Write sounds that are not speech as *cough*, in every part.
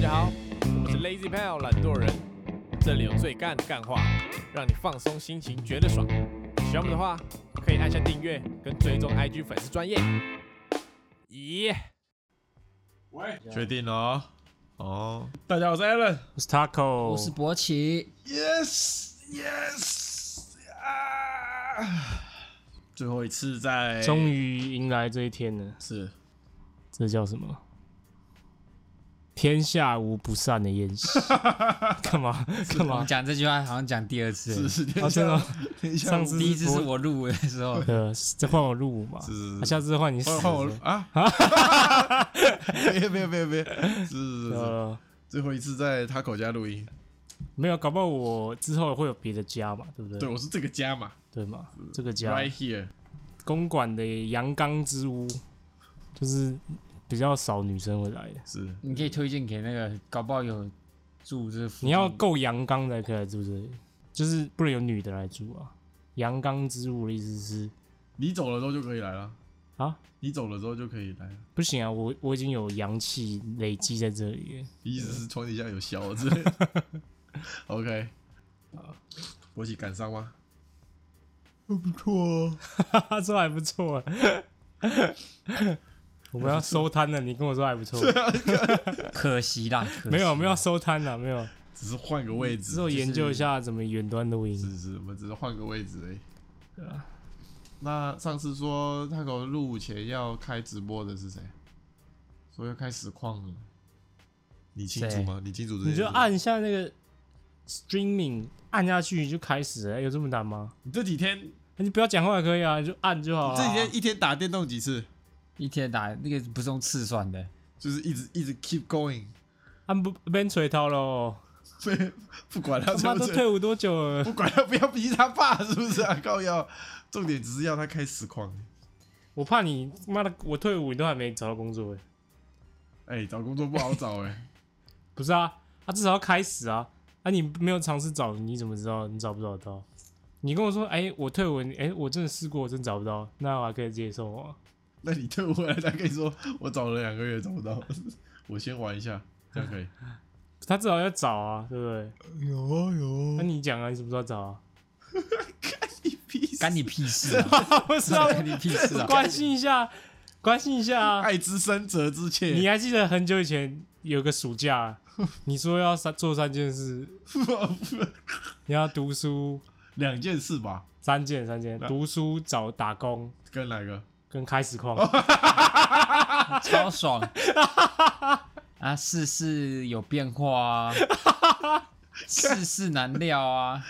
家好，我是 Lazy Pal 懒惰人，这里有最干的干话，让你放松心情，觉得爽。喜欢我们的话，可以按下订阅跟追踪 IG 粉丝专业。咦，喂，确定了哦哦大家好，我是 Alan。我是 Taco，我是博奇， Yes, yes，啊！最后一次在，终于迎来这一天了，是这叫什么？天下无不散的宴席， *laughs* 干嘛 *laughs* 干我嘛们？讲这句话好像讲第二次是了，是，啊，真的吗，等一下，上次第一次是播，我入伍的时候呃，再换我入伍嘛，是啊下次换你死换换我是不啊！啊别别别别，是是是是是，呃，最后一次在他口家录音，没有，搞不好我之后会有别的家嘛，对不对？对对我是这个家嘛嘛，这个家，right here，公馆的阳刚之屋，就是比较少女生会来的，是 *laughs* 你可以推荐给那个搞不好有住这附近你嗯要够阳刚才可以来住这里，就是不能有女的来住啊。阳刚之屋的意思是你走了之后就可以来了，啊，你走了之后就可以来了，不行啊，我我已经有阳气累积在这里了。你意思是床底下有小子 *laughs* ？OK，好，博喜感伤吗？不错哦，他说还不错啊，我们要收摊了。你跟我说还不错，可惜啦，可惜没有，我们要收摊了，没有。只是换个位置之。后研究一下怎么远端录音。是啊是，我们只是换个位置而已。啊那上次说他给我入伍前要开直播的是谁？说要开实况了，你清楚吗？你清楚这件你事就吗？按一下那个 streaming，按下去就开始了，有这么难吗？你这几天，你不要讲话也可以啊，你就按就好这几了天。一天打电动几次？一天打那个不是用次算 *laughs* 的，就是一直一直 keep going， *laughs* 按不被吹涛喽，不不管他他妈是不都是，退伍多久了？不管他不要逼他爸是不是啊？高要，重点只是要他开实况。我怕你妈的，我退伍你都还没找到工作欸哎、找工作不好找哎、 *laughs* 不是啊，他、至少要开始啊！啊，你没有尝试找，你怎么知道你找不找得到？你跟我说，哎、我退文，哎、我真的试过，我真找不到，那我还可以接受啊。那你退伍回来，他跟你说我找了两个月找不到，我先玩一下，这样可以。他至少要找啊，对不对？有啊有那、你讲啊，你什么时候找啊？ *laughs* 你屁事干你屁事啊！不是啊，干你屁事啊！关心一下，关心一下啊！爱之深，责之切。你还记得很久以前有个暑假，你说要三做三件事，你要读书 *laughs* 两件事吧，三件，三件，读书、找打工跟哪个？跟开始矿。超 *laughs* 爽啊！世事有变化 *laughs* 啊，世事难料啊！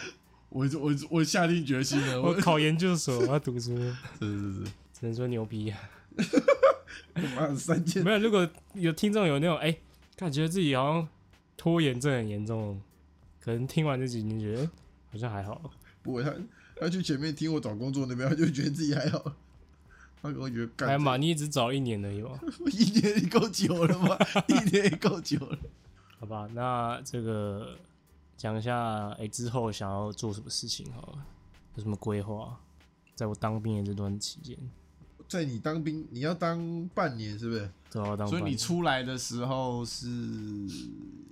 我我我下定决心了，我我考研究所，我要读书。是是是，只能说牛逼、啊。妈的三件没有，如果有听众有那种哎、感觉自己好像拖延症很严重，可能听完这集你觉得、哎好像还好。不，他他去前面听我找工作那边，他就觉得自己还好，他跟我觉得哎干嘛，你也只找一年而已嘛，这 *laughs* 一年也够久了吧？一年也够久了。好吧？那这个讲一下，哎、之后想要做什么事情好了，有什么规划？在我当兵的这段期间，在你当兵，你要当半年是不是？都要当所以你班出来的时候是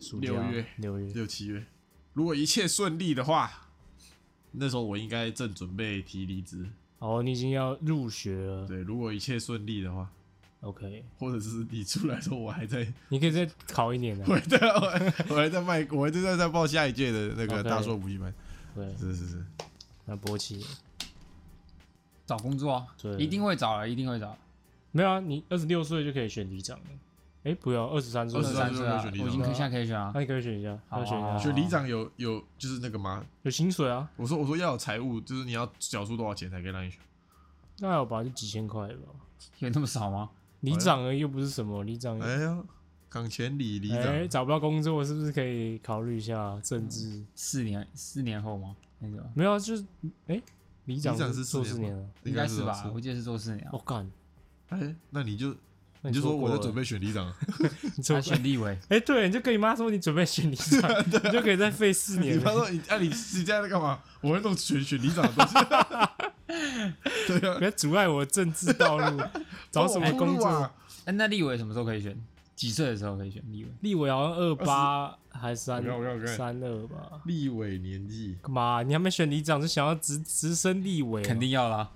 暑假六月、六月六七月，如果一切顺利的话，那时候我应该正准备提离职。哦，你已经要入学了对，如果一切顺利的话， ，OK，或者是你出来的时候，我还在， *laughs* 你可以再考一年我还啊。在，我还我还在卖，我还在在报下一届的那个 OK 大硕补习班。对，是是是，那博奇找工作啊对一定会找的，一定会找。没有啊，你二十六岁就可以选里长了。哎、不要，二十三岁。 23岁三岁啊，就可以选立我已经场可以现在可以选啊那。你可以选一下，好要选一好下，就里长有有就是那个嘛，有薪水啊，我说我说要有财务，就是你要缴出多少钱才可以让你选。那有吧，就几千块吧。有那么少吗？里长而已又不是什么里长，哎呀，岗前里里嗯哎长，找不到工作是不是可以考虑一下政治？嗯四年四年后吗？那个没有啊，就是哎，里长里长是做四四年年了。应该是是吧？我记得是做四年啊我。干，哎，那你就那你就说我在在准，备选里长，你错他过了选立委，哎，对，你就跟你妈说你准备选 *laughs* 里长， *laughs* 你就可以再废四啊你年他了。说你哎你你家在干嘛？我会弄选选里长的东啊西。对啊， *laughs* 不要阻碍我政治道路，找什么帮我铺工路啊作？？哦哎，那立委什么时候可以选？几岁的时候可以选立委？立委好像二八还是三我看我看我看三二吧？立委年纪干嘛？你还没选里长就想要直直升立委哦？肯定要啦。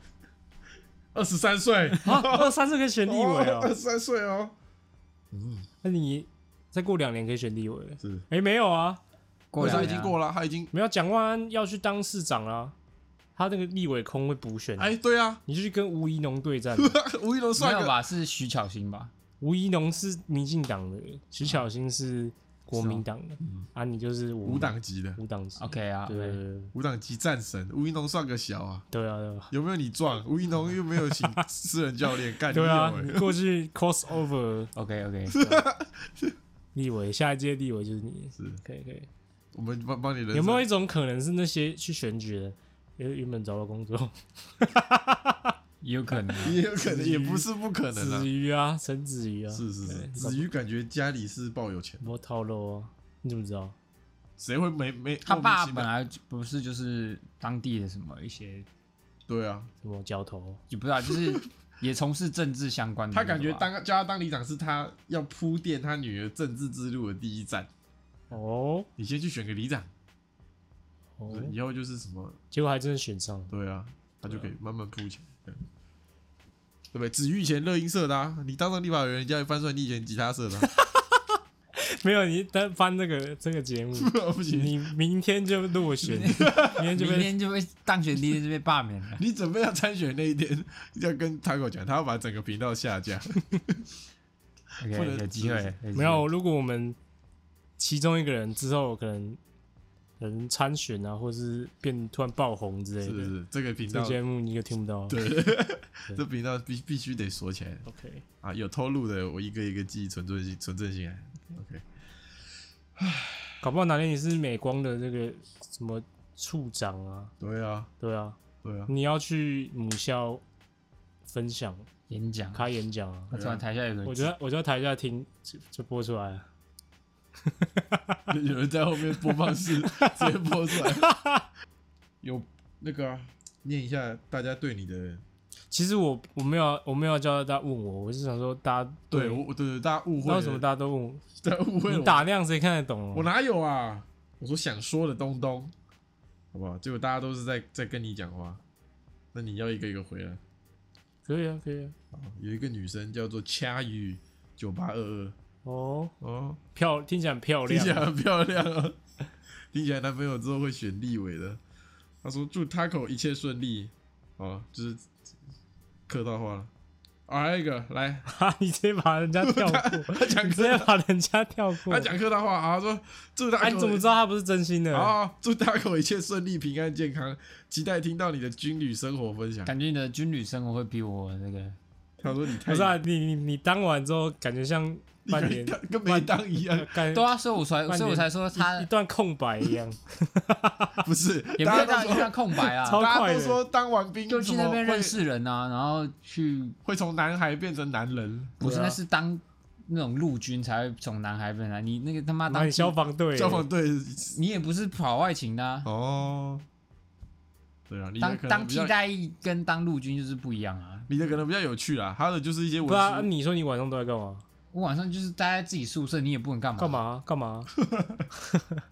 二十三岁，啊，二三岁可以选 *laughs* 立委二十哦。三岁哦，那你再过两年可以选立委了？是，哎，没有啊，过他两已年经啊过了，他已经，没有。蒋万安要去当市长啦，他那个立委空会补选，哎，对啊， *laughs* 你就去跟吴怡农对战。吴一龙没帅有哥，吧？是徐巧芯吧？吴怡农是民进党的，徐巧芯是国民党的，啊，你就是哦无党籍的，无党籍。 OK 啊对对，OK 对无党籍战神，吴一龙算个小啊，对啊，对啊。有没有你壮？吴一龙又没有请私人教练， *laughs* 干你对啊，有你欸过去 cross over OK OK，立委，下一届立委就是你，是，可以可以。我们帮帮你人生有没有一种可能是那些去选举的，原原本找 *laughs* 到工作，也有可能啊。 *laughs* 也有可能，也不是不可能啊子。瑜啊，陈子瑜啊，是是是，对子瑜感觉家里是抱有钱，莫套路啊，你怎么知道？谁会没没？他莫爸名其本妙来就不是就是当地的什么一些，对啊，什么交头？也不知道，就是也从事政治相关的他那个吧。感觉当叫他当里长是他要铺垫他女儿政治之路的第一站。哦你先去选个里长，哦，以后就是什么结果还真的选上 *laughs* 了。对啊，他就可以慢慢铺起来。对对不对？子瑜以前乐音社的、啊，你当上立法委员，人家也翻出来你以前吉他社的、啊，没有你单翻这个这个节目，啊 *laughs* 不行，。你明天就落选，明天就明被天就被当选，第一天就被罢免了 *laughs* 你准备要参选那一天，要跟 Taco 讲，他要把整个频道下架。不 OK，能有机会，机会没有。如果我们其中一个人之后可能可能参选啊，或是变突然爆红之类是的，不是？这个频这道，节目你就听不到。对这频道必必须得锁起来，OK，啊！有偷录的，我一个一个记忆存证性存证性来。OK，搞不好哪天你是美光的这个什么处长啊？对啊，对啊，对啊，你要去母校分享演讲，开演讲啊。他突然台下有个，我觉得我就在台下听就就播出来了， *laughs* 有人在后面播放 *laughs* 室直接播出来，有那个、啊、念一下大家对你的，其实我我没有要我没有要叫大家问我，我是想说大家对我我对对大家误不知会道了，为什么大家都问我，大家误会你我，打量谁看得懂我哦？哪有啊？我说想说的东东，好不好？结果大家都是在在跟你讲话，那你要一个一个回来。可以啊，可以啊。好有一个女生叫做恰雨九八二二，哦，哦，漂听起来很漂听起 *laughs* 来亮，啊很漂亮哦，听起来男朋友之后会选立委的。他说祝 Taco 一切顺利，哦，就是客套话了。啊，还有一个来，哈，你直接把人家跳过， *laughs* 他讲你直客接套，把人家跳过他。讲客套话啊，他说祝哎，你 Taco 怎么知道他不是真心的？啊，祝 Taco 一切顺利、平安、健康，期待听到你的军旅生活分享。感觉你的军旅生活会比我那个 *laughs* 他说你太不是啊，你你你当完之后，感觉像你半跟 *laughs* 年， *laughs* 跟没当一 *laughs* 样，感对啊，所以我才半年所以我才说他一段空白一样。不是？也没大有家到都一说段空白啊，超大快家的都说当完兵 *laughs* 就去怎么那边会认识人啊，然后去会从男孩变成男人，不是对啊那是当那种陆军才会从男孩变来，啊你那个他妈那当你 *laughs* 消防队，消防队你也不是跑外勤的啊，哦，对啊，你的当可能当比替较，代役跟当陆军就是不一样啊。你的可能比较有趣啦，他的就是一些文不是啊？书，你说你晚上都在干嘛？我晚上就是待在自己宿舍，你也不能干嘛干？嘛？干嘛？ *laughs*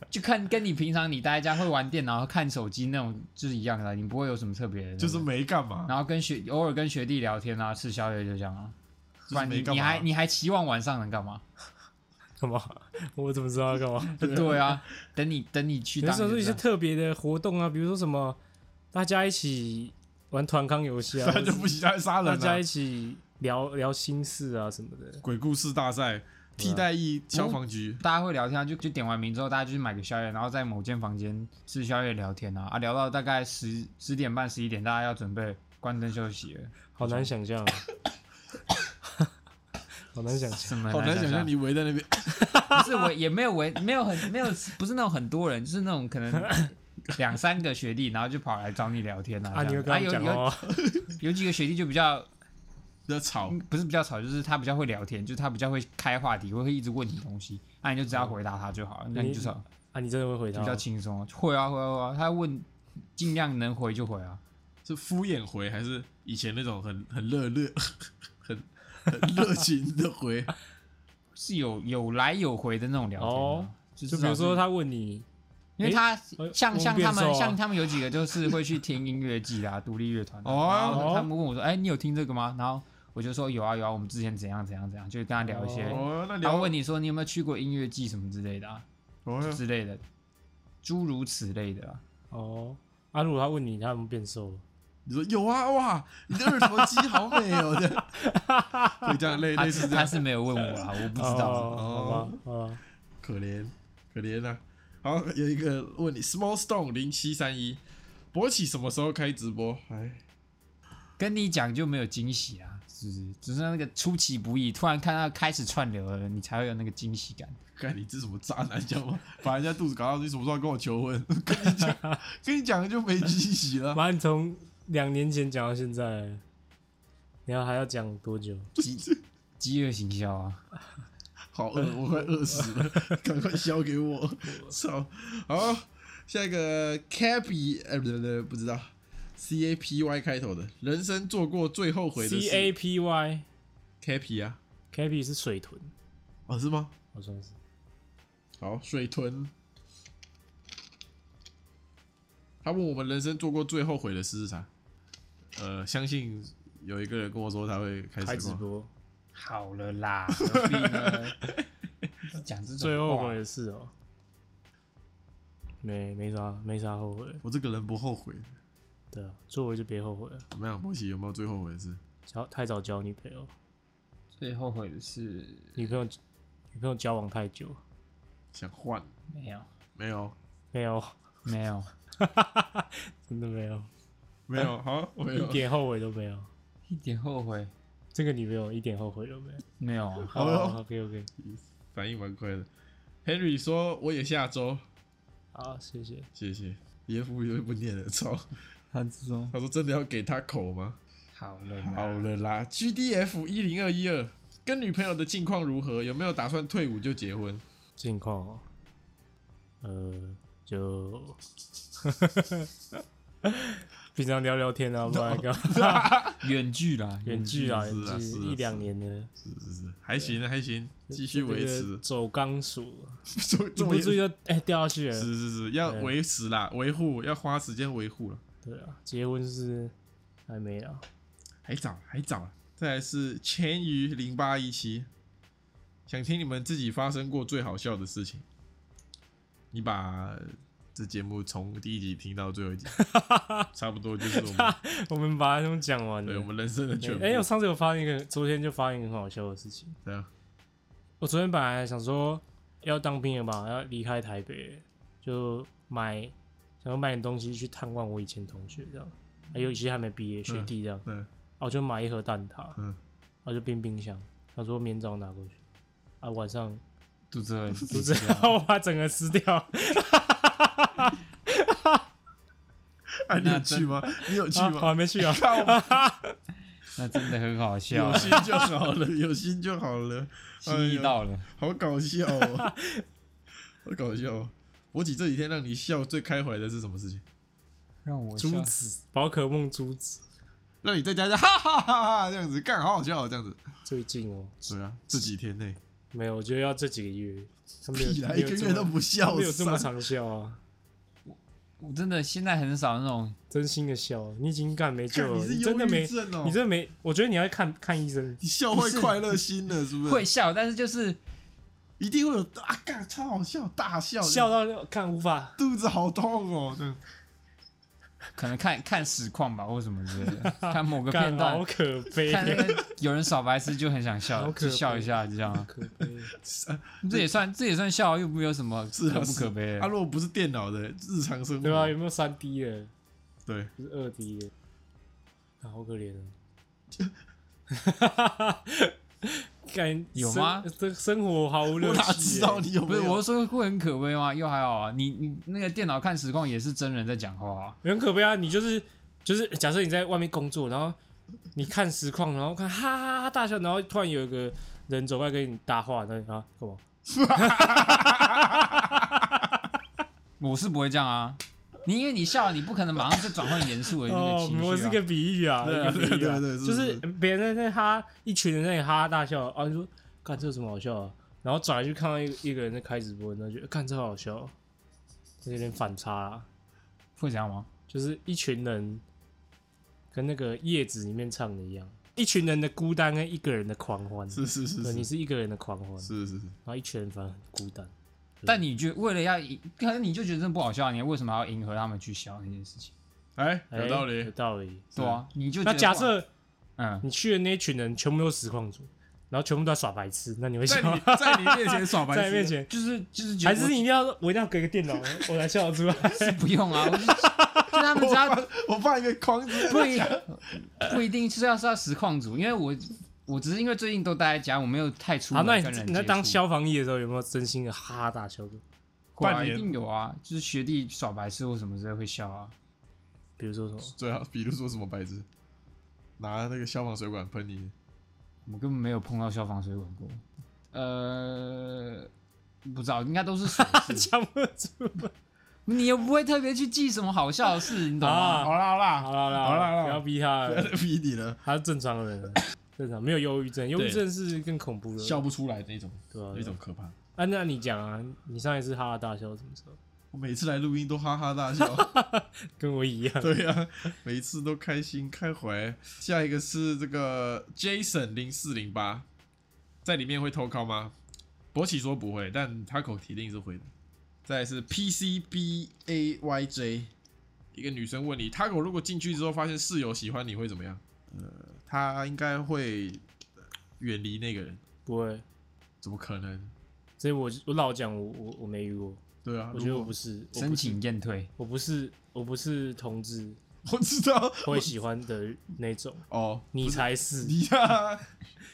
就看跟你平常你待在家会玩电脑、看手机那种就是一样的啊，你不会有什么特别的。就是没干嘛，然后跟学偶尔跟学弟聊天啊，吃宵夜就这样啊。就是不然没你干你嘛啊还你还期望晚上能干嘛？干嘛？我怎么知道要干 *laughs* 嘛？对啊，等你等你去有当时候你就是一知些道特别的活动啊，比如说什么大家一起玩团康游 *laughs* 戏啊，他就不行，他杀大人家啊一，起聊聊心事啊什么的。鬼故事大啊赛，替代役消防局，大家会聊天啊，就就点完名之后，大家就去买个宵夜，然后在某间房间吃宵夜聊天啊啊，聊到大概十十点半十一点，大家要准备关灯休息了。好难想象、 *laughs* 啊，好难想象。什么？好难想象你你围在那边，不是我也没有围，没有很没有，不是那种很多人，就是那种可能两三个学弟，然后就跑来找你聊天啊。 *laughs* 啊，你这有样跟他们讲啊有有哦，有几个学弟就比较比较吵，不是比较吵，就是他比较会聊天，就是他比较会开话题，会会一直问你东西，那、你就只要回答他就好了，那你就少啊，你真的会回就他比较哦？轻松。会啊会啊会啊，他问尽量能回就回啊。是敷衍回还是 *laughs* 以前那种很很热热，很很热情的回？是有有来有回的那种聊天啊、哦就就至比如少是说他问你，因为诶他呃像我像变他们瘦啊像他们有几个就是会去听音乐季啦，独立乐团啊。哦然后他们问我说：“哎，你有听这个吗？”然后我就说：“有啊有啊，我们之前怎样怎样怎样。”就跟他聊一些，哦哦，那然聊后问你说你有没有去过音乐季什么之类的啊，哎哦，之类的，诸如此类的啦。哦，啊，如果他问你他有没有变瘦了，你说有啊，哇，你的二头肌好美哦，这样， *laughs* 会这样类他类似是这他样，是没有问我啦，我不知道。哦，好吧，哦，可怜可怜啊。好，有一个问你，Small Stone 零七三一，博起什么时候开直播？哎，跟你讲就没有惊喜啊，是不是？只是那个出其不意，突然看到开始串流了，你才会有那个惊喜感。看你这什么渣男，知道吗？把人家肚子搞到你什么时候跟我求婚？ *laughs* 跟你讲，跟你讲就没惊喜了。妈，你从两年前讲到现在，你要还要讲多久？饥饥饿行销啊，好饿，我快饿死了，赶快削给我！操，好，下一个 Cappy，呃，不对不对，不知道，C A P Y 开头的，人生做过最后悔的 C 事 A P Y ，Cappy 啊， K P 是水豚，哦是吗？好像是。好，水豚，他问我们人生做过最后悔的事是啥？呃，相信有一个人跟我说他会开开直直播，播，好了 *laughs* 啦，何必呢？讲这种最后话悔的事哦，没没啥没啥后悔，我这个人不后悔，对啊，做我就别后悔了，怎么样？波奇有没有最后悔的事？交太早交女朋友，最后悔的是女朋友女朋友交往太久，想换没有，没有？没有， *laughs* 没有，真的没有，没有，好，没有一。点后悔都没有，一点后悔这个女朋友一点后悔都没有。没有啊。好哟 OK OK，反应蛮快的。Henry 说我也下周，好，谢谢。谢谢。连服也不念了，操！他这种他说真的要给他口吗？好了好了啦，GDF 一零二一二，跟女朋友的近况如何？有没有打算退伍就结婚？近况、哦，呃，就 *laughs* 平常聊聊天啊，不然干嘛 *laughs* 远距啦，远距啊，是啊远距是啊一两年的，是是是，还行啊还行，继续维这个持。走钢索， *laughs* 这一不注意就哎、掉下去了。是是是，要对维持啦，维护要花时间维护了，对啊，结婚是还没啊，还早还早。再来是千鱼零八一七，想听你们自己发生过最好笑的事情。你把这节目从第一集听到最后一 *laughs* 集，差不多就是我们我们把它都讲完对我了。们人生的全部。哎、我上次有发现一个，昨天就发现一个很好笑的事情。对啊，我昨天本来想说要当兵了吧，要离开台北，就买想要买点东西去探望我以前同学这样，啊还有一些还没毕业学弟这样，对啊然后我就买一盒蛋挞，嗯然后就冰冰箱，他说明早拿过去，啊晚上啊肚子 *laughs* 饿，不肚知子道我把整个吃掉，啊，你有去吗？你有去啊我吗？还没 *laughs* 去啊， *laughs* 那真的很好笑有，心就好了，有心就好了，心意到了。好搞笑哦，好搞笑哦。我姐这几天让你笑最开怀的是什么事情？让我珠笑子宝可梦珠子，让你在家就哈哈哈哈这样子干，好好笑哦，这样子。最近哦对啊，这几天内，没有，我觉得要这几个月，他没有屁啦，没一有个这月么都不笑他没有这么傻长笑啊。我真的现在很少那种，真心的笑，啊你已经干没救干了，你是真的忧郁没，症哦你真的没，我觉得你要看看医生。你笑会快乐心了，是不是？会，笑，但是就是一定会有啊，干超好笑，大笑，笑到看无法，肚子好痛哦，这样。可能看 *laughs* 看实况吧，或什么之类 *laughs* 的，看某个干啊片段好，可悲，看那个有人少白痴就很想好笑，可就悲笑一下，就这样。可悲。这也算这也算笑，又没有什么是啊可不可悲啊，。如果不是电脑的日常生活， *laughs* 对啊，有没有三 D 的，对不是二 D 的？啊，好可怜啊！ *laughs* 感有吗生这生活毫无乐我趣、哪知道？你有不没是，有？我是说会很可悲吗？又还好啊，你你那个电脑看实况也是真人在讲话啊，很可悲啊！你就是就是，假设你在外面工作，然后你看实况，然后看哈哈哈大笑，然后突然有一个人走过来跟你搭话，那你啊干嘛？我是不会这样啊。你因为你笑，你不可能马上就转换严肃的那个 *laughs* 哦情，绪、啊。我是个比喻啊，对啊一个比喻啊对对对是就是是别人在那哈，一群人在那里哈哈大笑，啊，你说，干这有什么好笑啊？然后转来就看到一个一个人在开直播，然后觉得看这好好笑哦，这有点反差啊，会怎样吗？就是一群人跟那个叶子里面唱的一样，一群人的孤单跟一个人的狂欢，是是是对，是你是一个人的狂欢，是是，然后一群人反而很孤单，但你觉为了要赢，可是你就觉得真的不好笑，你为什么要迎合他们去笑那件事情？哎，哎有道有理，道理。对啊，你就觉那得假不好设嗯，你去的那一群人全部都是实况组，然后全部都在耍白痴，那你会在笑你吗？在你面前耍白痴，在你面前，就是就是觉还得是你一定要我一定要给个电脑，我才笑得出来。我不用啊，我就就他们只要我放一个框子，不一不一定是要是要实况组，因为我我只是因为最近都待在家，我没有太出好，门那跟你人接触。你在当消防业的时候有没有真心的哈哈大笑过？会啊半年一定有啊，就是学弟耍白痴或什么之类会笑啊。比如说什么？ *laughs* *laughs* 最好，比如说什么白痴，拿那个消防水管喷你，我们根本没有碰到消防水管过，呃，不知道，应该都是水 *laughs* 事。讲不出来。你又不会特别去记什么好笑的事，你懂啊吗？好 *laughs* 啦好好啦，了好好了啦好啦不要逼他不要了，再 *laughs* 逼你了，他是正常人了，正 *laughs* 常没有忧郁症，忧郁症是更恐怖的。笑不出来那种，对啊那种可怕。啊，那你讲啊，你上一次哈哈大笑是什么时候？我每次来录音都哈哈大笑，跟我一样。 *laughs* 对呀、每一次都开心开怀。下一个是这个 Jason 零四零八，在里面会偷靠吗？博奇说不会，但他口铁定是会的。再来是 P C B A Y J，一个女生问你，他狗如果进去之后发现室友喜欢你会怎么样？呃，他应该会呃远离那个人，不会，怎么可能？所以我我老讲，我我我没遇过，对啊，我觉得如我果不是，*laughs* 我申不是，请验退，我不是，我不是同志我知道会喜欢的 *laughs* 那种，哦，你才是。你呀、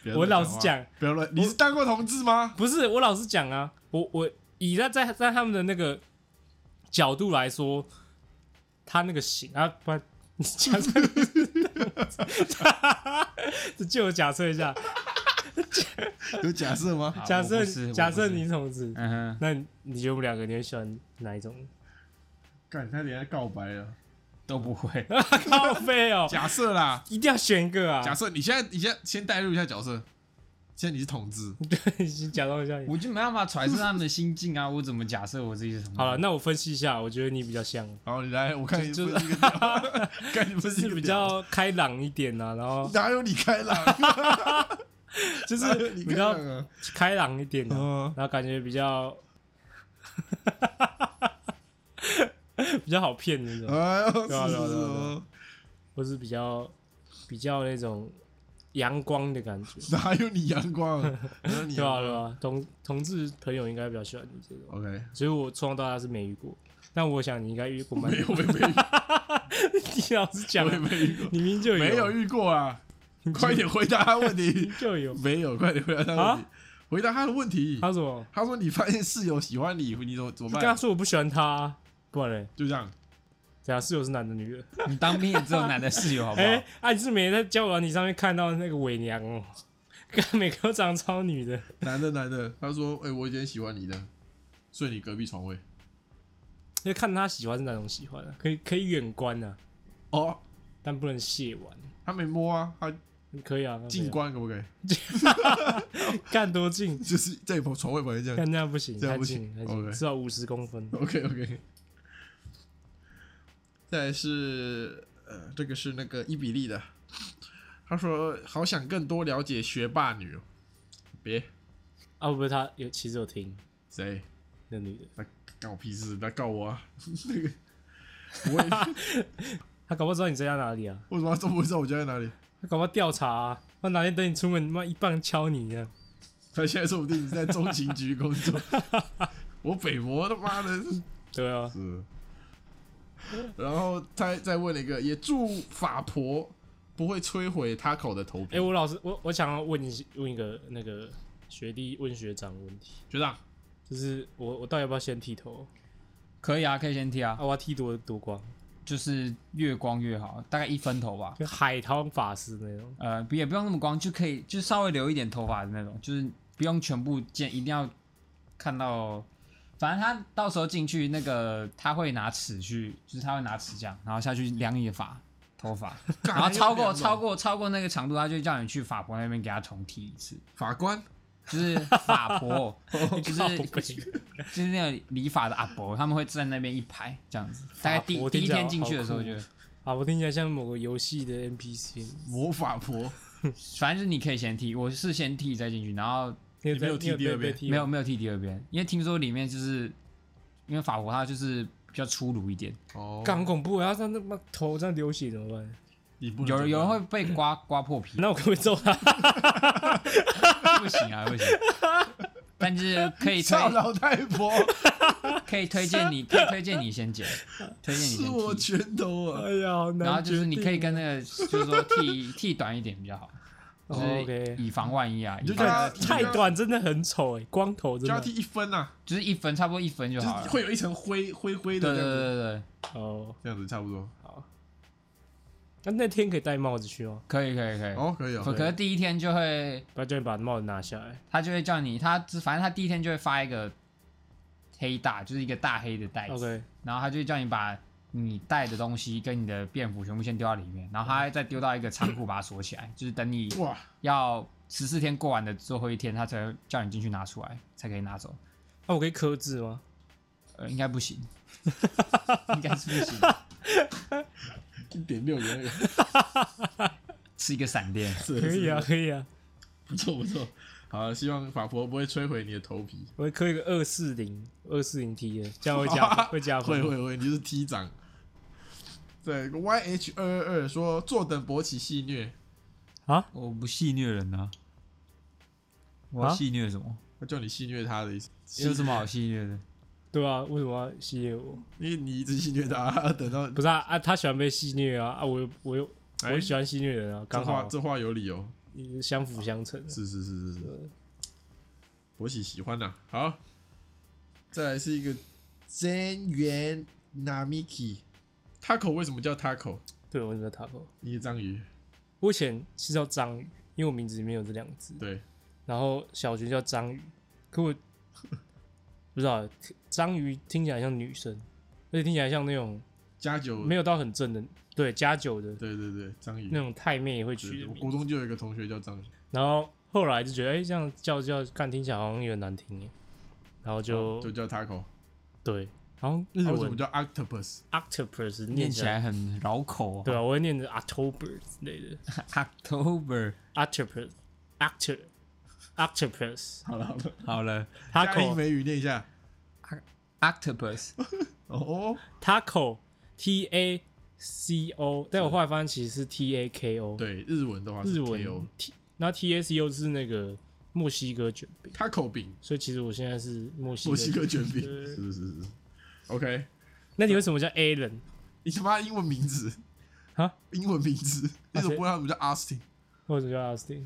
不要乱我老话实讲，不要乱，你是当过同志吗？不是，我老实讲啊，我我以他在在他们的那个角度来说，他那个行啊，不然你假设， *laughs* 这就我假设一 *laughs* 下，有假设吗？好假我设不是假设，我你同志不，是嗯那你觉得我们两个你会喜欢哪一种？干，他连告白了。哼，都不 *laughs* 会。靠背 *laughs* 哦，假设啦，一定要选一个啊！假设你现在，你现在先代入一下角色，现在你是同志， *laughs* 对，先假装一下你。我就没办法揣测他们的心境啊！我怎么假设我自己是什么？好了，，那我分析一下，我觉得你比较 *laughs* 像，然后你来，我看你就不就是一个 *laughs* 屌，看你不就是一个比屌，较开朗一点啊，然后哪有你开朗？啊 *laughs* 就哪有是你比开较朗啊？开朗一点啊，嗯，然后感觉比较比较好骗的那种，哎呦，对啊是对啊是是对啊哦，或是比较比较那种阳光的感觉，哪有你阳光？啊哪有你对吧、阳对吧、光啊同同志朋友应该比较喜欢你这种， ？OK，所以我从小到大是没遇过，但我想你应该遇过蛮没有，多。我也没遇过，你老实讲我，也没 *laughs* 遇过，你明明就有，没有遇过啊！快点回答他问题，就有。没有，快点回答他问题，回答他的问题。啊他什么？他说你发现室友喜欢你，你怎么怎么就跟他办？说我不喜欢他啊、不然嘞，就这样，怎样？室友是男的女的？你当兵也只有男的室友，好不好 *laughs* 哎、？啊，你是没在交友软体上面看到那个伪娘哦、 *laughs* 看每个都长得超女的。男的男的，他说，哎，我以前喜欢你的，睡你隔壁床位。就看他喜欢是哪种喜欢啊，可以可以远观啊，哦，但不能亵玩。他没摸啊，他可以啊，近观可不可以？ *laughs* 干多近？就是在床床位旁边这样。干那样不行，这样太不近行太近， OK 至少五十公分。 OK OK。再来是呃，这个是那个伊比利的，他说好想更多了解学霸女哦，别啊，会不会他有其实有听谁那女的，干我屁事，不要告我啊！ *laughs* 那个我也他搞不好知道你在家哪里啊，为什么要这么知道我家在哪里？他搞不好调查、啊，他哪天等你出门，妈一棒敲你啊这样。他现在说不定你在中情局工作， *laughs* 我北模他妈的对啊，是。然后他再问了一个，也祝法婆不会摧毁他口的头哎、皮。我老师，我我想要问一问一个那个学弟问学长的问题，学长，就是我我到底要不要先剃头？可以啊，可以先踢啊啊，，我要剃多多光，就是越光越好，大概一分头吧。就海涛法师那种。呃，不也不用那么光，就可以就稍微留一点头发的那种，就是不用全部见，一定要看到。反正他到时候进去，那个他会拿尺去，就是他会拿尺这样，然后下去量你的发头发， *laughs* 啊 *laughs* 然后超过超过超过那个长度，他就叫你去法国那边给他重剃一次。法官，就是法婆，就哦靠是北就是那个理发的阿伯，他们会站那边一排这样子。大概第法婆第一听起来天进去的时候，我好酷觉得啊，我听起来像某个游戏的 NPC。魔法婆，反正就是你可以先剃，我是先剃再进去，然后你没有踢第二遍没有没有剃第二遍，因为听说里面就是因为法国它就是比较粗鲁一点，哦，干很恐怖，然后他那妈头这样流血怎么 *laughs* 办？你不能有人有人怎么会被刮刮破皮，那我可不可以 *laughs* 揍他？不行啊不行。 *laughs* 但是可以推办操老太 *laughs* 婆，可以推荐你，可以推荐你先剪，推荐你是先我剃，拳头啊！哎呀，好难然后就是决你定可以跟那个就是说剃剃短一点比较好，就哦是 OK 以防万一啊，你以就防叫他太短真的很丑哎，光头真就要的剃一分呐、啊，就是一分差不多一分就就好了是。会有一层灰灰灰的对对这样子，对对，哦。这样子差不多。那那天可以戴帽子去吗？可以可以可以。哦，可以哦，可可是第一天就会，不要叫你把帽子拿下来。他就会叫你，他反正他第一天就会发一个黑大，就是一个大黑的袋子 OK，然后他就会叫你把你带的东西跟你的便服全部先丢到里面，然后他再丢到一个仓库把它锁起来，就是等你哇，要十四天过完的最后一天，他才会叫你进去拿出来，才可以拿走。那啊我可以刻字吗？呃，应该不行，应该是不行，一点六元， *laughs* 是一个闪电。是可以，啊，是可以啊， *laughs* 不错不错。好，希望法婆不会摧毁你的头皮。我会刻一个二四零二四零 T 的，这样会 *laughs* 加会加会分。啊会会，你就是踢掌。对，Y H 二二二说坐等勃起戏虐，我哦不戏虐人啊，我啊要戏虐什么？他叫你戏虐他的意思，有什么好戏虐的？对啊，为什么要戏虐我？因为你一直戏虐他，他等到不是啊啊，他喜欢被戏虐啊啊！我又我又我也喜欢戏虐人啊，这哎刚话好这话有理由，相辅相成。是是是是是，勃起喜欢呐、啊好，再来是一个真源 Namiki。Taco 为什么叫 Taco？对，我叫 Taco。一个章鱼，我以前是叫章鱼，因为我名字里面有这两个字。对，然后小学叫章鱼，可我 *laughs* 不知道啊章鱼听起来像女生，而且听起来像那种加九，没有到很正的，对加九的对对对，章鱼那。种太妹也对会取对的我名国字。中就有一个同学叫章鱼，然后后来就觉得，哎、这样叫叫看听起来好像有点难听耶，然后就、就叫 Taco。对，然后日他哦啊为什么文叫 Octopus？ octopus 念念起来很绕口、哦。对啊，我会念成 October 之类的 October， ，octopus octo octopus，好了好了，好了 *laughs* 加英 taco 美语念一下。 ，Octopus，哦， taco t a c o，但我后来发现其实是 t a k o，对，日文的话是日 KO 文 t，那 t a c o 是那个墨西哥卷饼，他口饼，所以其实我现在是墨西墨西哥哥。卷饼，对是是是。OK，那你为什么叫 a l a n 你他妈英文名字啊？英文名字，你怎么谁不让他们叫 Austin？或者叫 Austin？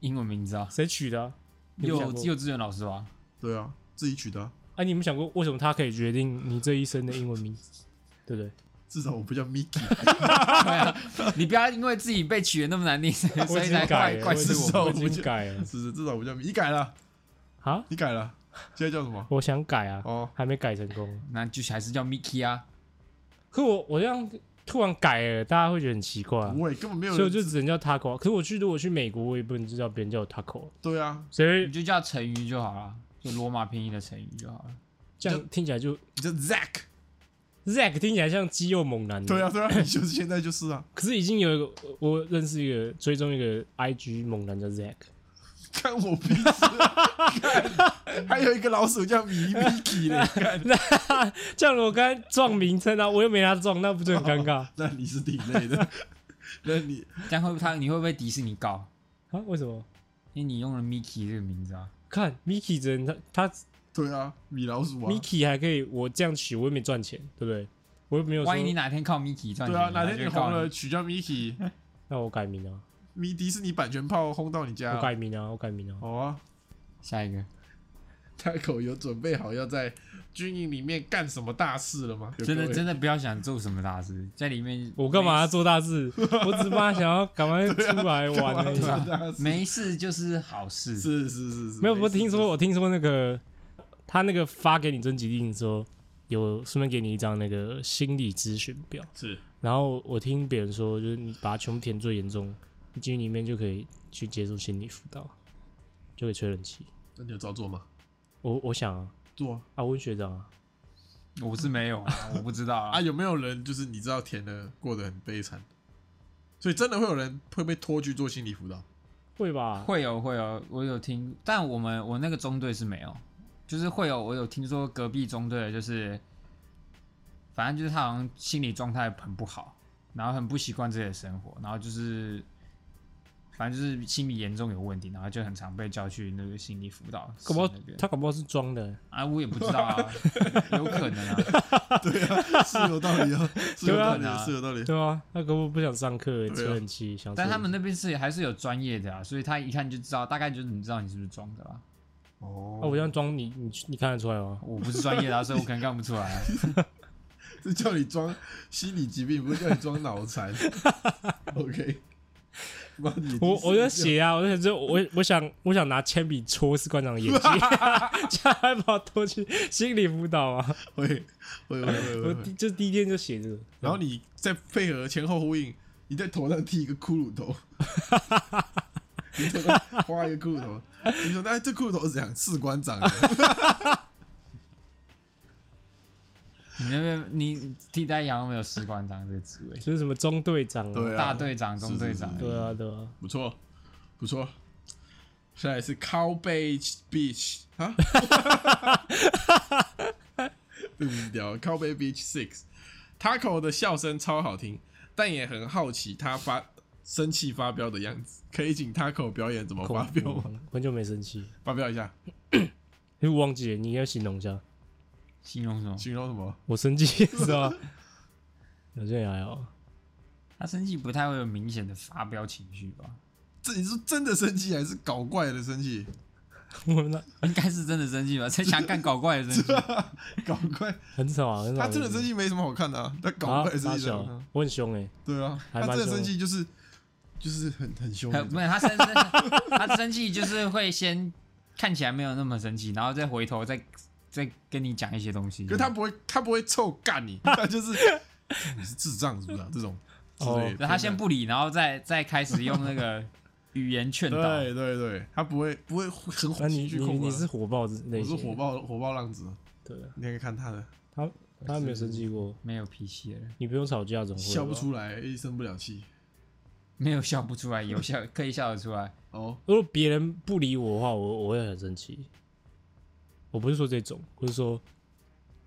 英文名字啊，谁取的啊、你幼有没想过幼稚园老师吧？对啊，自己取的啊，啊，你有没有想过为什么他可以决定你这一生的英文 *laughs* 名字？对不对？至少我不叫 *laughs* Mickey，对啊， *laughs* 你不要因为自己被取得那么难 *laughs* 听，所我已以经才改怪了，怪已是经我我已我经就改 *laughs* 了是是，至少我不叫 Mickey。你改了，啊！你改了，现在叫什么？我想改啊，哦还没改成功。那就还是叫 Mickey 啊。可我我这样突然改了，大家会觉得很奇怪啊、不会，根本没有所以人。我就只能叫 taco 啊。可是我去如果去美国，我也不能知道别人叫我 taco，啊对啊，所你以就叫成语就好了，就罗马拼音的成语就好了。这样听起来就你叫 Zack。 Zack 听起来像肌肉猛男。对啊，，对 *laughs* 啊，你就是现在就是啊。可是已经有一个我认识一个追踪一个 IG 猛男叫 Zack，看我鼻 *laughs* 子啊，看还有一个老鼠叫米 Mickey 嘞。看这样我刚才撞名称啊，我又没他撞，那不就很尴尬 *laughs* 啊？那你是挺累 *laughs* 的。那你这样会不他你会不会迪士尼告？啊为什么？因为你用了 Mickey 这个名字啊。看 Miki 真的他他对啊，米老鼠啊。 Miki 还可以，我这样取我又没赚钱，对不对？我又没有说万一你哪天靠 Mickey 赚对钱，啊，哪天他你就告红了，取叫 Mickey，那我改名啊，米迪士尼版权炮轰到你家我。改名啊，我改名啊。好啊，下一个太口有准备好要在军营里面干什么大事了吗？真的有各位真的不要想做什么大事，在里面我干嘛要做 *laughs* 大事？我只怕想要赶快出来玩而已对。啊大事没事就是好事。 *laughs* 是是是是，没有，我没事听说我听说那个他那个发给你征集令的时候，有顺便给你一张那个心理咨询表，是然后我听别人说，就是你把它全部填最严重，你进去里面就可以去接受心理辅导。就可以吹冷气。那你有照做吗？我我想啊，做啊啊温学长啊，我是没有啊，我不知道啊！ *laughs* 啊。有没有人就是你知道填的过得很悲惨，所以真的会有人会被拖去做心理辅导？*laughs* 会吧？会有会有，我有听，但我们我那个中队是没有，就是会有我有听说隔壁中队的就是，反正就是他好像心理状态很不好，然后很不习惯自己的生活，然后就是反正就是心理严重有问题，然后就很常被叫去那个心理辅导室搞不好那边。他搞不好是装的、啊，我也不知道 *laughs* 啊，有可能啊。是有道理啊，是有道理，是有道理。对啊，他根本不想上课，欸吹对啊冷气，想吹但他冷们那边是还是有专业的啊，所以他一看就知道，大概就是你知道你是不是装的啦。气哦啊，我这样装你，你你看得出来吗？我不是专业的、啊，所以我可能看不出来啊、这叫你装心理疾病，不是叫你装脑 *laughs* 残。OK，妈你我我在写啊，我在写，就我我想我想拿铅笔戳士官长 *laughs* 的眼睛， *laughs* 这样还把我拖去心理辅导啊！会会会会我会第会，就第一天就写这个，然后你再配合前后呼应，你在头上剃一个骷髅头， *laughs* 你头上画一个骷髅头，你说哎那这骷髅头是怎样？士官长啊的， *laughs* 你那边你替代杨没有士官长这个职位，就是什么中队长啊，对啊，大队长、中队是长是，对啊对啊，不错，不错。下来是 Cow Beach Beach 啊， *laughs* 对不掉 Cow Bay Beach Six。Taco 的笑声超好听，但也很好奇他发生气发飙的样子。可以请 Taco 表演怎么发飙吗？嗯很久没生气，发飙一下，因为我忘记了，你要形容一下，形容什么？形容什么？我生气是吧？好像也还好，他生气不太会有明显的发飙情绪吧？ *laughs* 这你是真的生气还是搞怪的生气？我那应该是真的生气吧？ *laughs* 才想干搞怪的 *laughs* 生气，啊搞怪，很少啊，很少他真的生气，气没什么好看的、啊，他搞啊怪的生傻气才好小看，我很凶哎，对啊，还他蛮真的凶生的气就是就是很很凶那很种，不是呃他生生他生气就是会先看起来没有那么生气，然后再回头再再跟你讲一些东西。可是他不嗯会，他不会臭干 *laughs* 你，他就是你是智障是不是、啊？这种之类哦的，他先不理，然后再再开始用 *laughs* 那个语言劝导。对对对，他不会不会很那很你情绪你控你管啊是。火爆类我型，是火，爆火爆浪子，对啊，你可以看他的，他他没有生气过，没有脾气的人，你不用吵架总会啊笑不吧出来，一生不了气。没有笑不出来，有笑可以笑得出来。哦，如果别人不理我的话，我我会很生气。我不是说这种，我是说，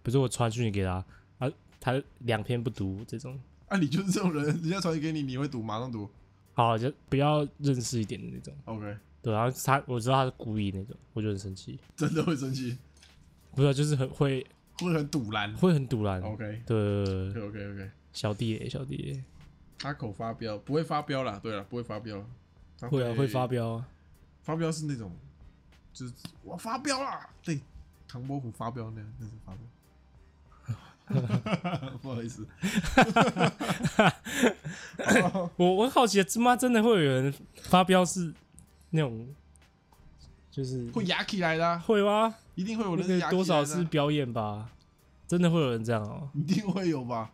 不是我传讯息给他，啊，他两篇不读这种，啊，你就是这种人，人家传给你，你会读，马上读。好就不要认识一点的那种。 OK，对，然后他我知道他是故意那种，我就很生气。真的会生气，不知道就是很会会很堵然。会很堵然。 OK，对 OK，OK，OK、o k OK，小弟欸小弟欸他口发飙，不会发飙啦，对了，不会发飙，他会啊会发，飙啊，发飙是那种，就是我发飙啦，对，唐伯虎发飙那 *laughs* 样，那是发飙。不好意思，我我很好奇，他妈真的会有人发飙是那种，就是会压起来的啊、会吗？一定会有那人压个起来的啊多少是表演吧？真的会有人这样哦、一定会有吧？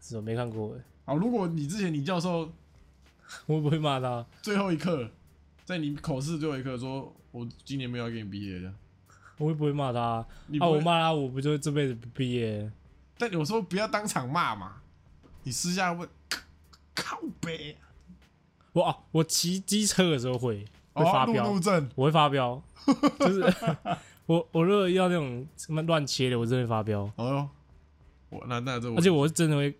是我没看过哎，好，如果你之前李教授我不会骂他，最后一刻，在你口试最后一刻说，我今年没有要给你毕业的，我会不会骂他啊？你啊不我会，骂他，我不就这辈子不毕业？但我说不要当场骂嘛，你私下问，靠背啊，我哦，我骑机车的时候会会发哦，路飙，怒症，我会发飙，就是 *laughs* 我我如果遇到那种什么乱切的，我真的会发飙，哦哟，我那那这我而且我是真的会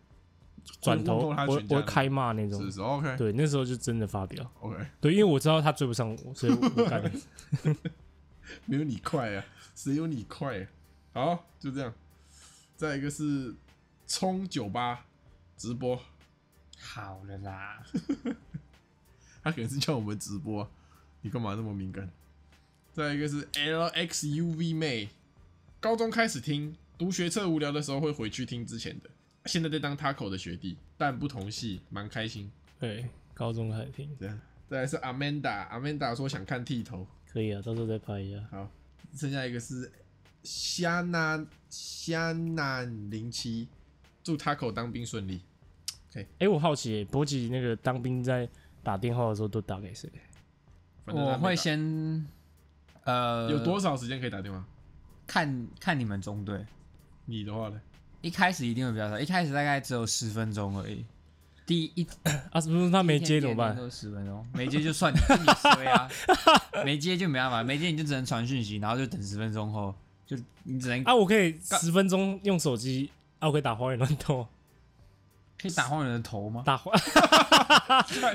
转头，问嗯候他我全我家会人开骂那种是。是 OK 对，那时候就真的发飙， OK，对，因为我知道他追不上我，所以我我 *laughs* 敢没有你快啊， *laughs* 谁有你快、啊？好，就这样。再一个是冲酒吧直播，好了啦，他可能是叫我们直播啊、你干嘛那么敏感？再一个是 LXUV 妹，高中开始听，读学测无聊的时候会回去听之前的，现在在当 Taco 的学弟，但不同系，蛮开心。对高中开始听，这样，再来是 Amanda，Amanda 说想看剃头，可以啊，到时候再拍一下。好，剩下一个是虾南虾南零七，祝 Taco 当兵顺利。哎、我好奇、欸，波吉那个当兵在打电话的时候都打给谁？哦反正他我没会打先呃，有多少时间可以打电话？看看你们中队，你的话呢？一开始一定会比较少，一开始大概只有十分钟而已。第一啊，什么时候他没接怎么办？都十分钟，没接 *laughs* 就算你是你衰 *laughs* 啊，没接就没办法，没接你就只能传讯息，然后就等十分钟后，就你只能啊，我可以十分钟用手机，啊，我可以打荒野乱斗，可以打荒人的头吗？打荒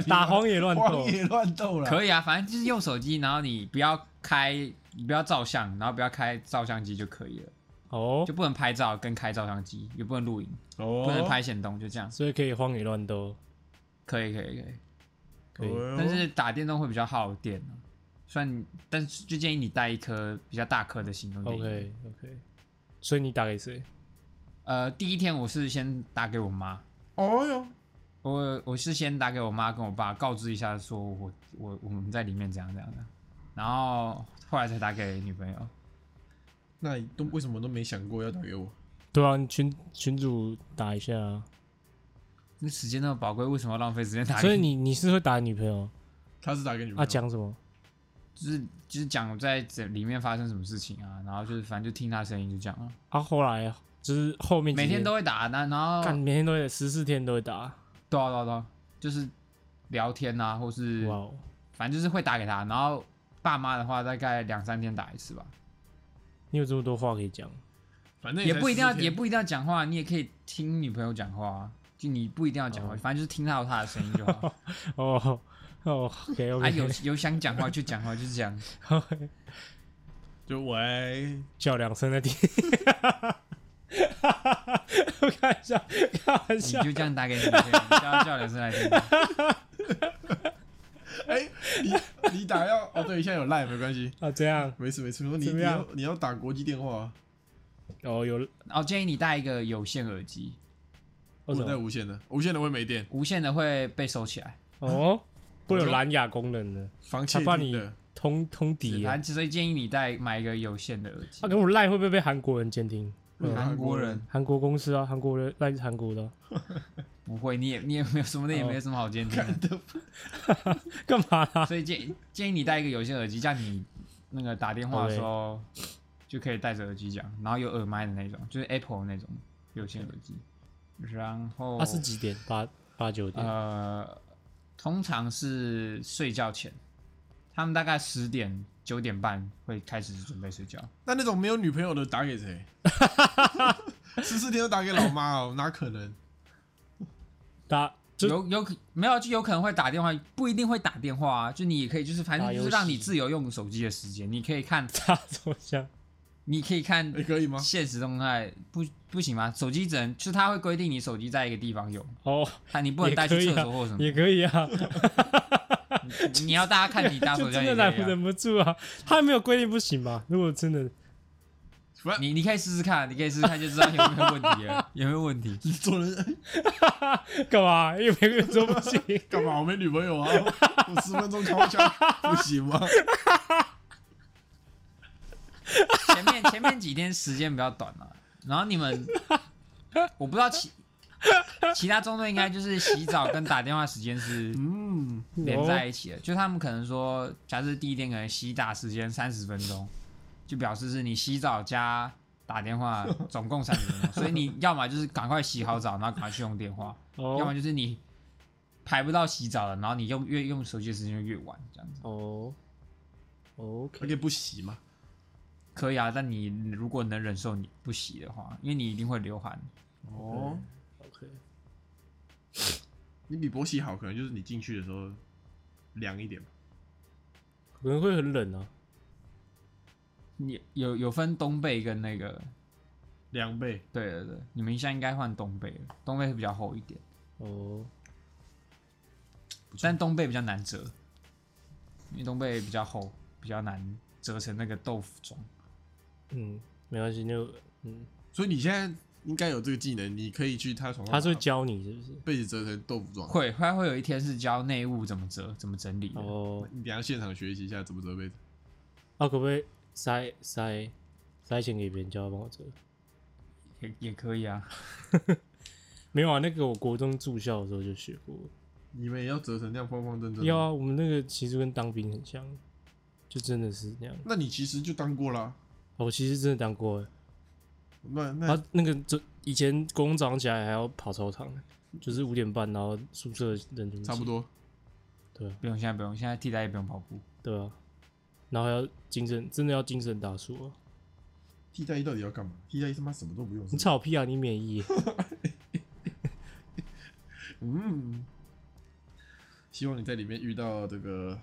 打荒野乱斗，乱斗了，可以啊，反正就是用手机，然后你不要开，你不要照相，然后不要开照相机就可以了，哦就，不能拍照跟开照相机，也不能录影，哦，不能拍显动，就这样。所以可以荒野乱斗，可以可以可以，可以哦但是打电动会比较耗电啊。虽然你，但是就建议你带一颗比较大颗的行动电源。 ，OK OK，所以你打给谁？呃，第一天我是先打给我妈，哦哟，我我是先打给我妈跟我爸告知一下，说我我我们在里面怎样怎样的，然后后来才打给女朋友。那你都为什么都没想过要打给我？对啊，你群群主打一下啊。那时间那么宝贵，为什么要浪费时间打给？所以你你是会打女朋友他是打给你啊？们，讲什么？就是就是讲我在这里面发生什么事情啊，然后就是反正就听她声音就这样了。啊，后来就是后面几每天都会打，那然后干，每天都会十四天都会打。对啊对啊对啊，就是聊天啊，或是哇哦，反正就是会打给他，然后爸妈的话大概两三天打一次吧，你有这么多话可以讲，反正也不一定要也不不一定要讲话，你也可以听女朋友讲话啊，就你不一定要讲话，反正就是听到她的声音就 *laughs* 好。哦哦，OK 啊，有 OK，有想讲话就讲话，就是这样。就喂， *laughs* 叫两声再听。我 *laughs* 开玩笑，开玩你笑，就这样打给你女朋友，你叫她叫两声来 *laughs* 听。哎，你你打要哦，对，现在有赖没关系，啊，这样没事没事，你怎么你样要你要打国际电话啊，哦有然后建议你带一个有线耳机，哦不什能带么无线的，无线的会没电，无线的会被收起来。哦，不能有蓝牙功能的，防窃他怕听你的，通通底啊反。正所以建议你带买一个有线的耳机啊，。跟我赖会不会被韩国人监听？嗯韩国人韩国公司啊，韩国人赖是韩国的啊，不会，你也你也没有什么的，也没有什么好监听的。干嘛啊 *laughs* 啦？所以建建议你戴一个有线耳机，这样你那个打电话的时候就可以戴着耳机讲，然后有耳麦的那种，就是 Apple 那种有线耳机。然后啊是几点？八八九点。呃，通常是睡觉前，他们大概十点九点半会开始准备睡觉。那那种没有女朋友的打给 *laughs* 谁？十四天都打给老妈哦，哪可能？打就有有可没有就有可能会打电话，不一定会打电话啊，就你也可以就是反正打游就是让戏你自由用手机的时间，你可以看打手枪，你可以看哎，可以吗？现实动态不不行吗？手机只能就是它会规定你手机在一个地方用，哦，它你不能带去厕所或什么，也可以啊，你你要大家看你打手 *laughs* 就枪真也的可忍以、啊。忍不住啊。他没有规定不行吧？如果真的反正你你可以试试看，你可以试试看就知道有没有问题 *laughs* 了，有没有问题？你做人干嘛？又没有人说不行，干嘛？我没女朋友 *laughs* 啊，我十分钟敲枪不行吗？前面前面几天时间比较短啊，然后你们我不知道其其他中队应该就是洗澡跟打电话时间是嗯，连在哦一起的，就他们可能说，假设第一天可能洗打时间三十分钟，就表示是你洗澡加打电 *laughs* 话总共三十分钟，所以你要么就是赶快洗好澡，然后赶快去用电话，要么哦就是你排不到洗澡了，然后你用越用手机的时间就越晚，这样子哦他，OK，可以不洗嘛？可以啊。但你如果能忍受你不洗的话，因为你一定会流汗，哦， OK，你比博喜好，可能就是你进去的时候凉一点吧。可能会很冷啊。你有有分东北跟那个，凉被，对对对，你们现在应该换东北了，东北会比较厚一点，哦，但东贝比较难折，因为东贝比较厚，比较难折成那个豆腐状。嗯，没关系，就嗯，所以你现在应该有这个技能，你可以去他床上他是会把教你是不是？被子折成豆腐状。会，它会有一天是教内务怎么折，怎么整理的。哦，你等一下现场学习一下怎么折被子。啊，可不可以塞塞塞钱给别人叫他帮我折？也也可以啊。没有啊，那个我国中住校的时候就学过。你们也要折成那样方方正正？要啊，我们那个其实跟当兵很像，就真的是那样。哦那你其实就当过啦。我其实真的当过欸，那那、啊，那个就以前国中早上起来还要跑操场，就是五点半，然后宿舍人就差不，多，对啊不用，现在不用，现在替代也不用跑步。对啊，然后还要精神，真的要精神打数啊！替代役到底要干嘛？替代役他妈什么都不用。你操！草屁啊，你免疫耶，嗯，希望你在里面遇到这个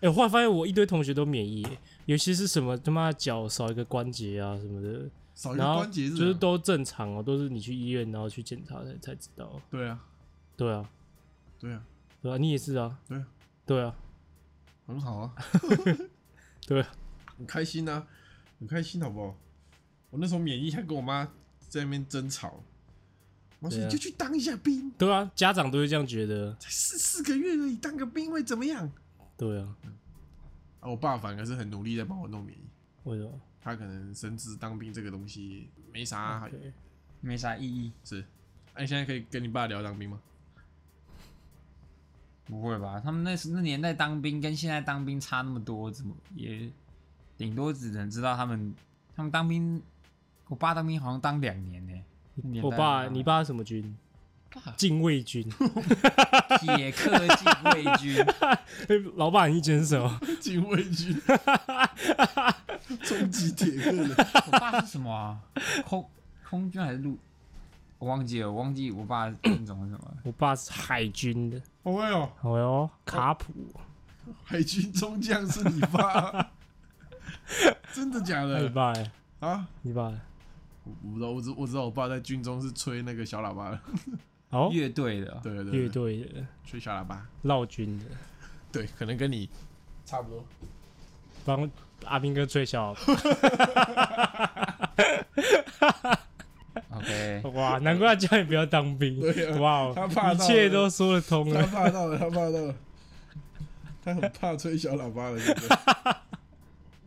哎、我后来发现我一堆同学都免疫耶，尤其是什么他妈脚少一个关节啊什么的，少一个然后关节啊就是是哪都正常哦、都是你去医院然后去检查才才知道。对啊，对啊，对啊，对啊，你也是啊，对啊，对啊，很好啊，对啊，很开心啊，很开心好不好？我那时候免疫还跟我妈在那边争吵，我说对啊你就去当一下兵，对啊，家长都会这样觉得，才四四个月而已，当个兵会怎么样？对啊，啊，我爸反而是很努力在帮我弄免疫，为什么？他可能深知当兵这个东西没啥，对，没啥意义，是。哎、你现在可以跟你爸聊当兵 *laughs* 吗？不会吧？他们那时那年代当兵跟现在当兵差那么多，怎么也顶多只能知道他们他们当兵，我爸当兵好像当两年呢、那啊年代我爸，当你爸什么军？爸禁卫军。 *laughs* 铁克禁卫军，老板，你捡什么？禁卫 *laughs* 军，终极铁克人，我爸是什么啊？空空军还是陆？我忘记了，我忘记我爸军 *coughs* 种是什么了。我爸是海军的。好哎哦，哦哟，卡普，海军中将是你爸， *laughs* 真的假那你的爸嘞？啊？你爸嘞？我我不知道，我知我知道我爸在军中是吹那个小喇叭的， *laughs* 哦，乐队的，对对对，乐队的，吹小喇叭，绕军的，对，可能跟你差不多。帮阿兵哥吹小。 OK，哇，难怪叫你不要当兵。对啊哇他怕哦，到一切都说得通他了。怕到了，他 *laughs* 怕到了，他很怕吹小喇叭的，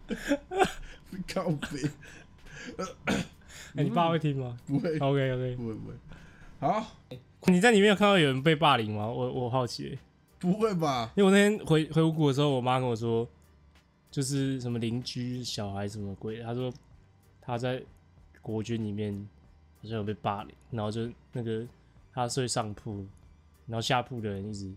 对不对？ *laughs* 靠北，哎你爸会听吗不会， ？OK OK，不会，不会。好，你在里面有看到有人被霸凌吗？我我好奇，不会吧？因为我那天回回五谷的时候，我妈跟我说，就是什么邻居小孩什么鬼的，她说她在国军里面好像有被霸凌，然后就那个她睡上铺，然后下铺的人一直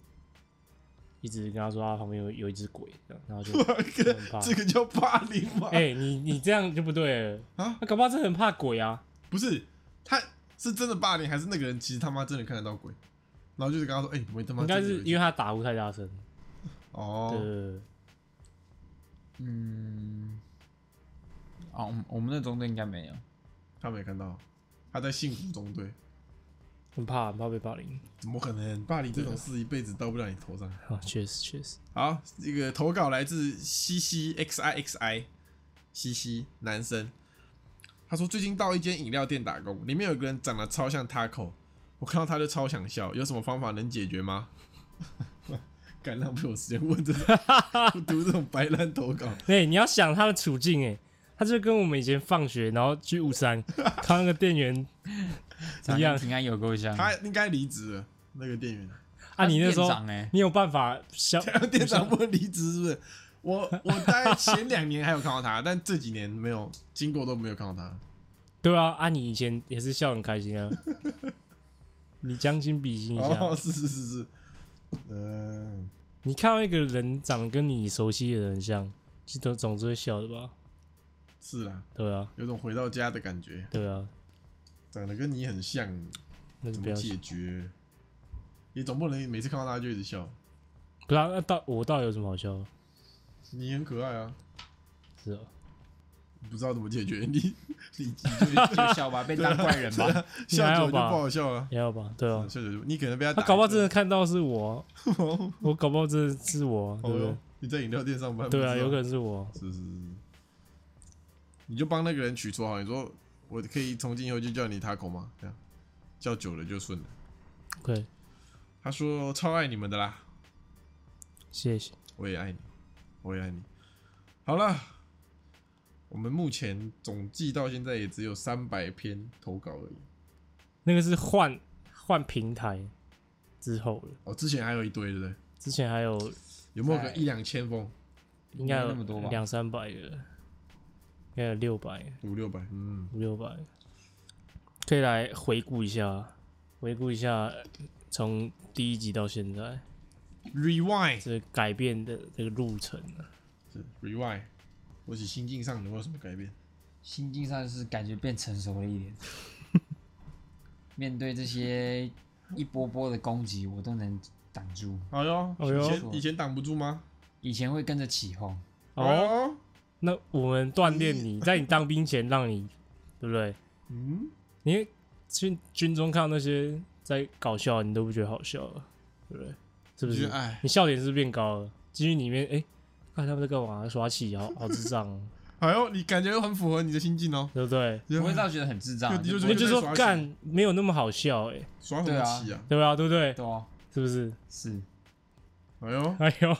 一直跟她说她旁边有有一只鬼，这样然后就就很怕。这个叫霸凌 *laughs* 吗？哎、你你这样就不对了啊她搞不好真的很怕鬼啊！不是，他是真的霸凌，还是那个人其实他妈真的看得到鬼？然后就是跟他说：“哎、我他妈应该是因为为她打呼太大声。对对哦，对对嗯，哦，我们我们那中队应该没有。他没看到，他在幸福中队，很怕很怕被霸凌怎么可能？霸凌这种事一辈子到不了你头上。”啊！确实确实，好，这个投稿来自西西 x i x i 西西男生，他说最近到一间饮料店打工，里面有个人长得超像 Taco，我看到他就超想笑，有什么方法能解决吗？ *laughs* 敢浪费我时间问这种， *laughs* 我读这种白烂投稿，对，你要想他的处境、欸，他就跟我们以前放学，然后去 *laughs* 雾山看那个店员一样平安有够像。他应该离职了。那个店 *laughs* 员，啊，你那店时候长 *laughs* 哎，你有办法 *laughs* 消？店长不能离职是不是？我我大概前两年还有看到他，但这几年没有经过都没有看到他。对啊，啊，你以前也是笑得很开心啊， *laughs* 你将心比心一下，哦，是是是是，嗯、你看到一个人长得跟你熟悉的人像，就都总是会笑的吧？是啦，对啊，有种回到家的感觉，对啊，长得跟你很像，那就怎不么要解决？也总不能每次看到他就一直笑，不然那到我到底有什么好笑的？你很可爱啊，是啊，不知道怎么解决你，你你就 *laughs* 就笑吧，被当怪人吧。你笑久还好了就不吧好笑了，嗯也好吧，对啊，笑久就你可能被他他打搞不好一真顿的看到 *laughs* 是我，啊我搞不好真的是我，啊对不哦对哟？，你在饮料店上班，对啊，有可能能是我，是是是，你就帮那个人取绰号，你说我可以从今以后就叫你 Taco 吗？这样叫久了就顺了。对，他说超爱你们的啦，谢谢。我也爱你，我也爱你。好了，我们目前总计到现在也只有三百篇投稿而已。那个是换换平台之后了，哦，之前还有一堆，对不对？之前还有有没有个在一两千封？应该有没那么多吧两三百个，应该有六百五六百，嗯，五六百，可以来回顾一下，回顾一下从第一集到现在 rewind 这个改变的这个路程啊。是 rewind，或许心境上有没有什么改变？心境上是感觉变成熟了一点，面对这些一波波的攻击，我都能挡住。哎呦，哎呦以前以前挡不住吗？以前会跟着起哄，哎哦，呦，那我们锻炼你，在你当兵前让你，对不对？嗯，因为军军中看到那些在搞笑，你都不觉得好笑了，对不对？是不你觉是得？哎，你笑点是不是变高了？进去里面，哎、看他们在干嘛？耍起好好智障哦，哎呦，你感觉又很符合你的心境哦。对不对？不不会到觉得很智障啊，就就就不那会就在说耍起干没有那么好笑、哎，耍什么气啊？对吧、对不对？对啊，是不是？ *laughs* 是，哎呦，哎呦，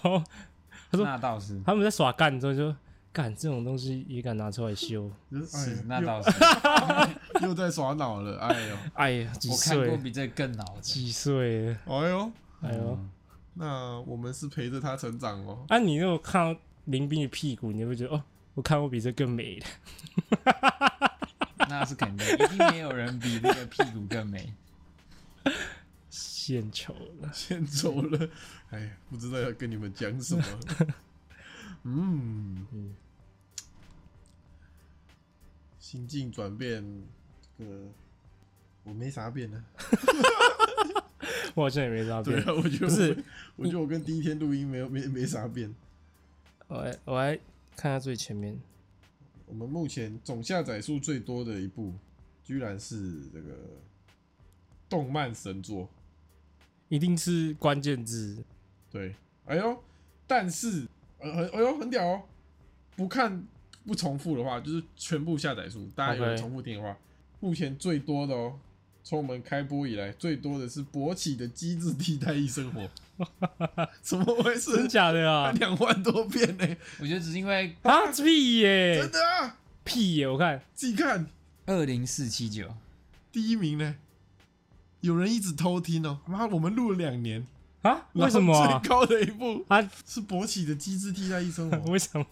他说那倒是，他们在耍干之后就干这种东西也敢拿出来修，就是哎是呀，那又倒是，又在耍脑了，哎呦，哎呀，几我看过岁？比这更老的，嗯几岁了？哎呦，哎呦，那我们是陪着他成长哦。 *laughs* 啊，你如果看到林斌的屁股，你会觉得哦，我看过比这更美的。那是肯定，一定没有人比那个屁股更美。 *laughs* 献丑了。欠走了，哎，不知道要跟你们讲什么。嗯嗯心境转变，这个我没啥变呢。我好像也没啥对变。啊，我觉得不是我，我觉得我跟第一天录音没有没没啥变。我来我来看下最前面，我们目前总下载数最多的一部，居然是这个动漫神作。一定是关键字。对，哎呦，但是呃很哎呦很屌哦，不看不重复的话，就是全部下载数，大家有 OK 人重复听的话目前最多的哦，从我们开播以来最多的是勃起的机制替代役生 *laughs* 活，怎么回真事？假哎 *laughs* 的啊？两万多遍呢、我觉得只是因为啊屁耶、真的啊！屁耶、我看自己看二零四七九，第一名呢，有人一直偷听哦，妈，我们录了两年，啊，为什么然后啊？最高的一部啊是勃起的机制替代役生哦活？ *laughs* 为什么？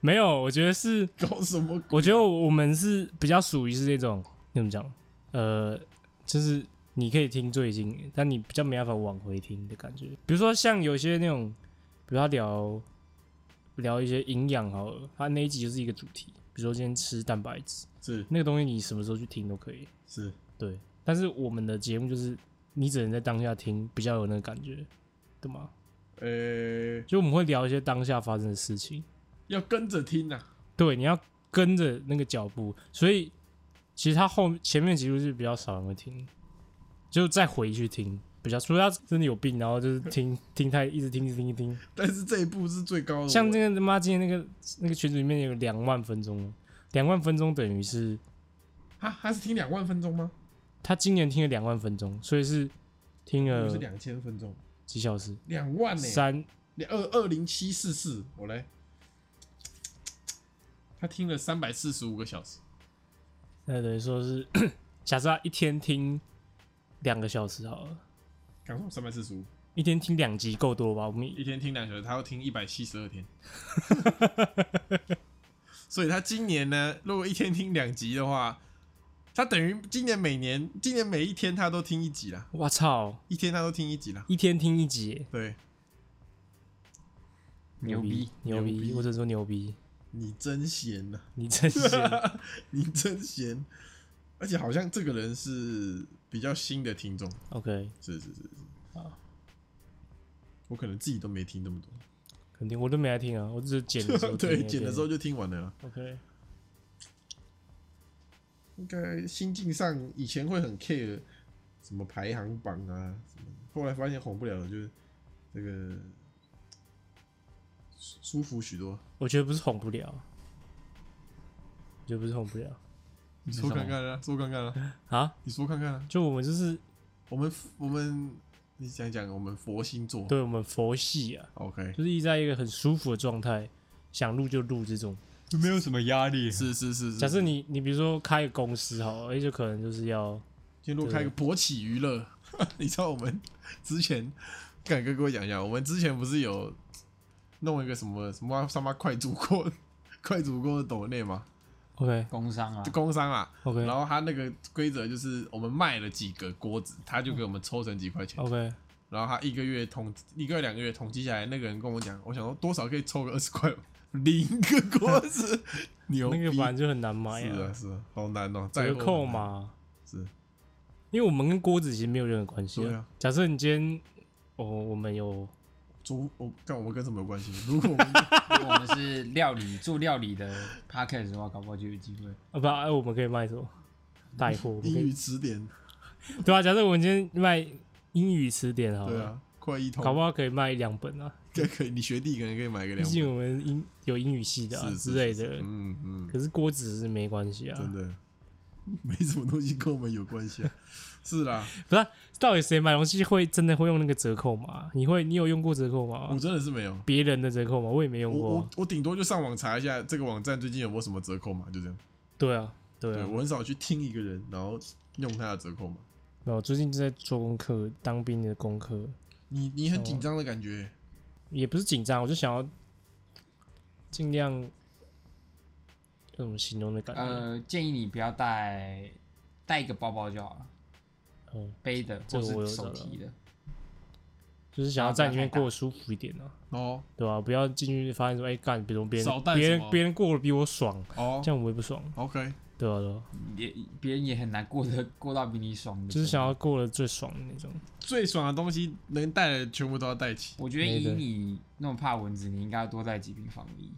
没有，我觉得是，搞什么鬼？我觉得我们是比较属于是那种怎么讲？呃，就是你可以听最近，但你比较没办法往回听的感觉。比如说像有些那种，比如他聊聊一些营养好了，他那一集就是一个主题，比如说今天吃蛋白质。是那个东西你什么时候去听都可以。是，对，但是我们的节目就是你只能在当下听，比较有那个感觉，对吗？呃、就我们会聊一些当下发生的事情，要跟着听呐、啊。对，你要跟着那个脚步。所以其实他后前面几乎是比较少人会听，就再回去听比较，除非他真的有病，然后就是 *laughs* 听听太一直听一直听一直听。但是这一步是最高的，像这那个他妈今天那个那个群组里面有两万分钟，两万分钟等于是他他是听两万分钟吗？他今年听了两万分钟，所以是听我了是两千分钟，几小时。两万呢、欸，呃三两二二零七四四，我来，他听了三百四十五个小时，那呃等于说是， *clears throat* 假设他一天听两个小时好了，刚说三百四十五，一天听两集够多吧？我们一天听两小时，他要听一百七十二天。 *laughs* 所以他今年呢，如果一天听两集的话，他等于今年每年，今年每一天他都听一集啦，我操，一天他都听一集啦。一天听一集，对牛逼，牛牛逼，逼我只能说牛逼，你真闲呐、 *laughs* 你真是你真闲，而且好像这个人是比较新的听众， OK，是是是是啊我可能自己都没听那么多，肯定我都没来听啊，我只是剪的时候 *laughs* 对，剪的时候就就听完了啦。 OK，应该心境上以前会很 care 什么排行榜啊，什么，后来发现红不了了，就是这个舒舒服许多。我觉得不是哄不了，我觉得不是哄不了你说说看看看啊，说看看啊，啊，你说看看啊，就我们就是我们我们你讲讲我们佛星座对我们佛系啊， ，OK，就是一直在一个很舒服的状态，想录就录这种。没有什么压力。是是是是。假设你你比如说开个公司好了，而且可能就是要。先录开个勃起娱乐， *laughs* 你知道我们之前，敢哥跟我讲一下，我们之前不是有弄一个什么什么他妈快煮锅， *laughs* 快煮锅的抖内嘛， OK 工伤啊，工商啊。 OK 然后他那个规则就是我们卖了几个锅子，他就给我们抽成几块钱。 OK，然后他一个月统一个月两个月统计下来，那个人跟我讲，我想说多少可以抽个 *laughs* 二十块， *laughs* 零个锅子，牛逼！那个本来就很难买是啊啊，是啊，好难哦，再折扣，嘛。是因为我们跟锅子其实没有任何关系、对啊假设你今天哦，我们有猪我哦看我们跟什么有关系？如果我们 *laughs* 如果我们是料理做料理的 p a c k a g e 的话，搞不好就有机会。啊不啊，我们可以卖什么带货？我们可英语以词典，对啊，假设我们今天卖英语词典好对了，啊，快一搞不通，好可以卖一两本啊。这可以，你学弟可能可以买个毕两竟本，我们英有英语系的、啊、是是之类是的，嗯嗯，可是锅子是没关系真啊。的没什么东西跟我们有关系啊，是啦，不是啊、到底谁买东西会真的会用那个折扣码？你会你有用过折扣我码？真的是没有，别人的折扣码我也没用我过我啊。我顶多就上网查一下这个网站最近有没有什么折扣嘛，就这样。对啊，对对啊。我很少去听一个人，然后用他的折扣嘛。没有，我最近在做功课，当兵的功课。你你哦很紧张的感觉，也不是紧张，我就想要尽量要怎么形容的感觉？呃，建议你不要带带一个包包就好了，嗯，背的这或个我有是手找到提的。就是想要在里面过得舒服一点啊，哦对吧、不要进去发现说，哎、干，比如别少人带别什么人别人过得比我爽，哦这样我也不爽， ，OK，对啊吧、对吧、也别人也很难过得过到比你爽的。就是想，要过得最爽的那种。最爽的东西能带的全部都要带齐。我觉得以没得你那么怕蚊子，你应该要多带几瓶防疫，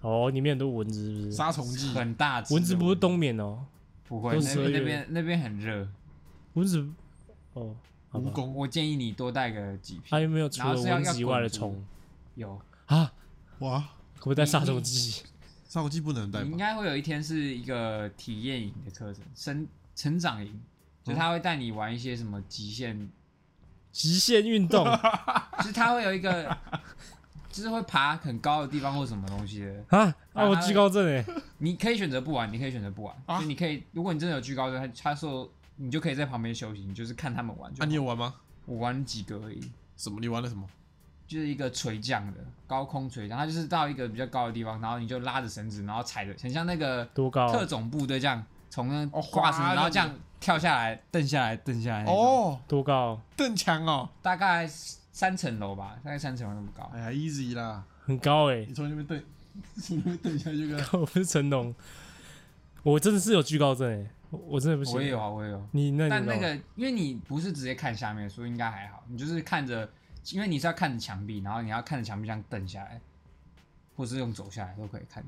哦，里面很多蚊子是不是？杀虫剂很大只的蚊子不是冬眠哦，不会，都那12边月那边那边很热。蚊子哦，好蜈吧。蚣，我建议你多带个几还瓶。有没有除然了后是要蚊子以外的要虫有，啊？哇，可不可以带杀虫剂？杀虫剂不能带你应吧？该会有一天是一个体验营的课程，生成长营，就他会带你玩一些什么极限，极限运动啊？就是他会有一个， *laughs* 就是会爬很高的地方或什么东西的。啊，我惧高症哎、你可以选择不玩，你可以选择不玩，啊就你可以，如果你真的有惧高症，他他说你就可以在旁边休息，你就是看他们玩就啊，好。你有玩吗？我玩几个而已，什么？你玩了什么？就是一个垂降的高空垂降，它就是到一个比较高的地方，然后你就拉着绳子，然后踩着，很像那个多高、啊？特种部队这样从那哦挂绳，滑然后这这样样跳下来，蹬下来，蹬哎下来。哦，哦，多高？啊邓强哦，大概三层楼吧，大概三层楼那么高哎。呀，easy 啦，很高哎、你从那边蹬，从那边蹬一下就跟 *laughs* 我不是成龙，我真的是有惧高症哎、我我真的不行。我也有啊，我也有。你那你但知道那吗个，因为你不是直接看下面，所以应该还好。你就是看着，因为你是要看着墙壁，然后你要看着墙壁这样蹬下来，或是用走下来都可以看。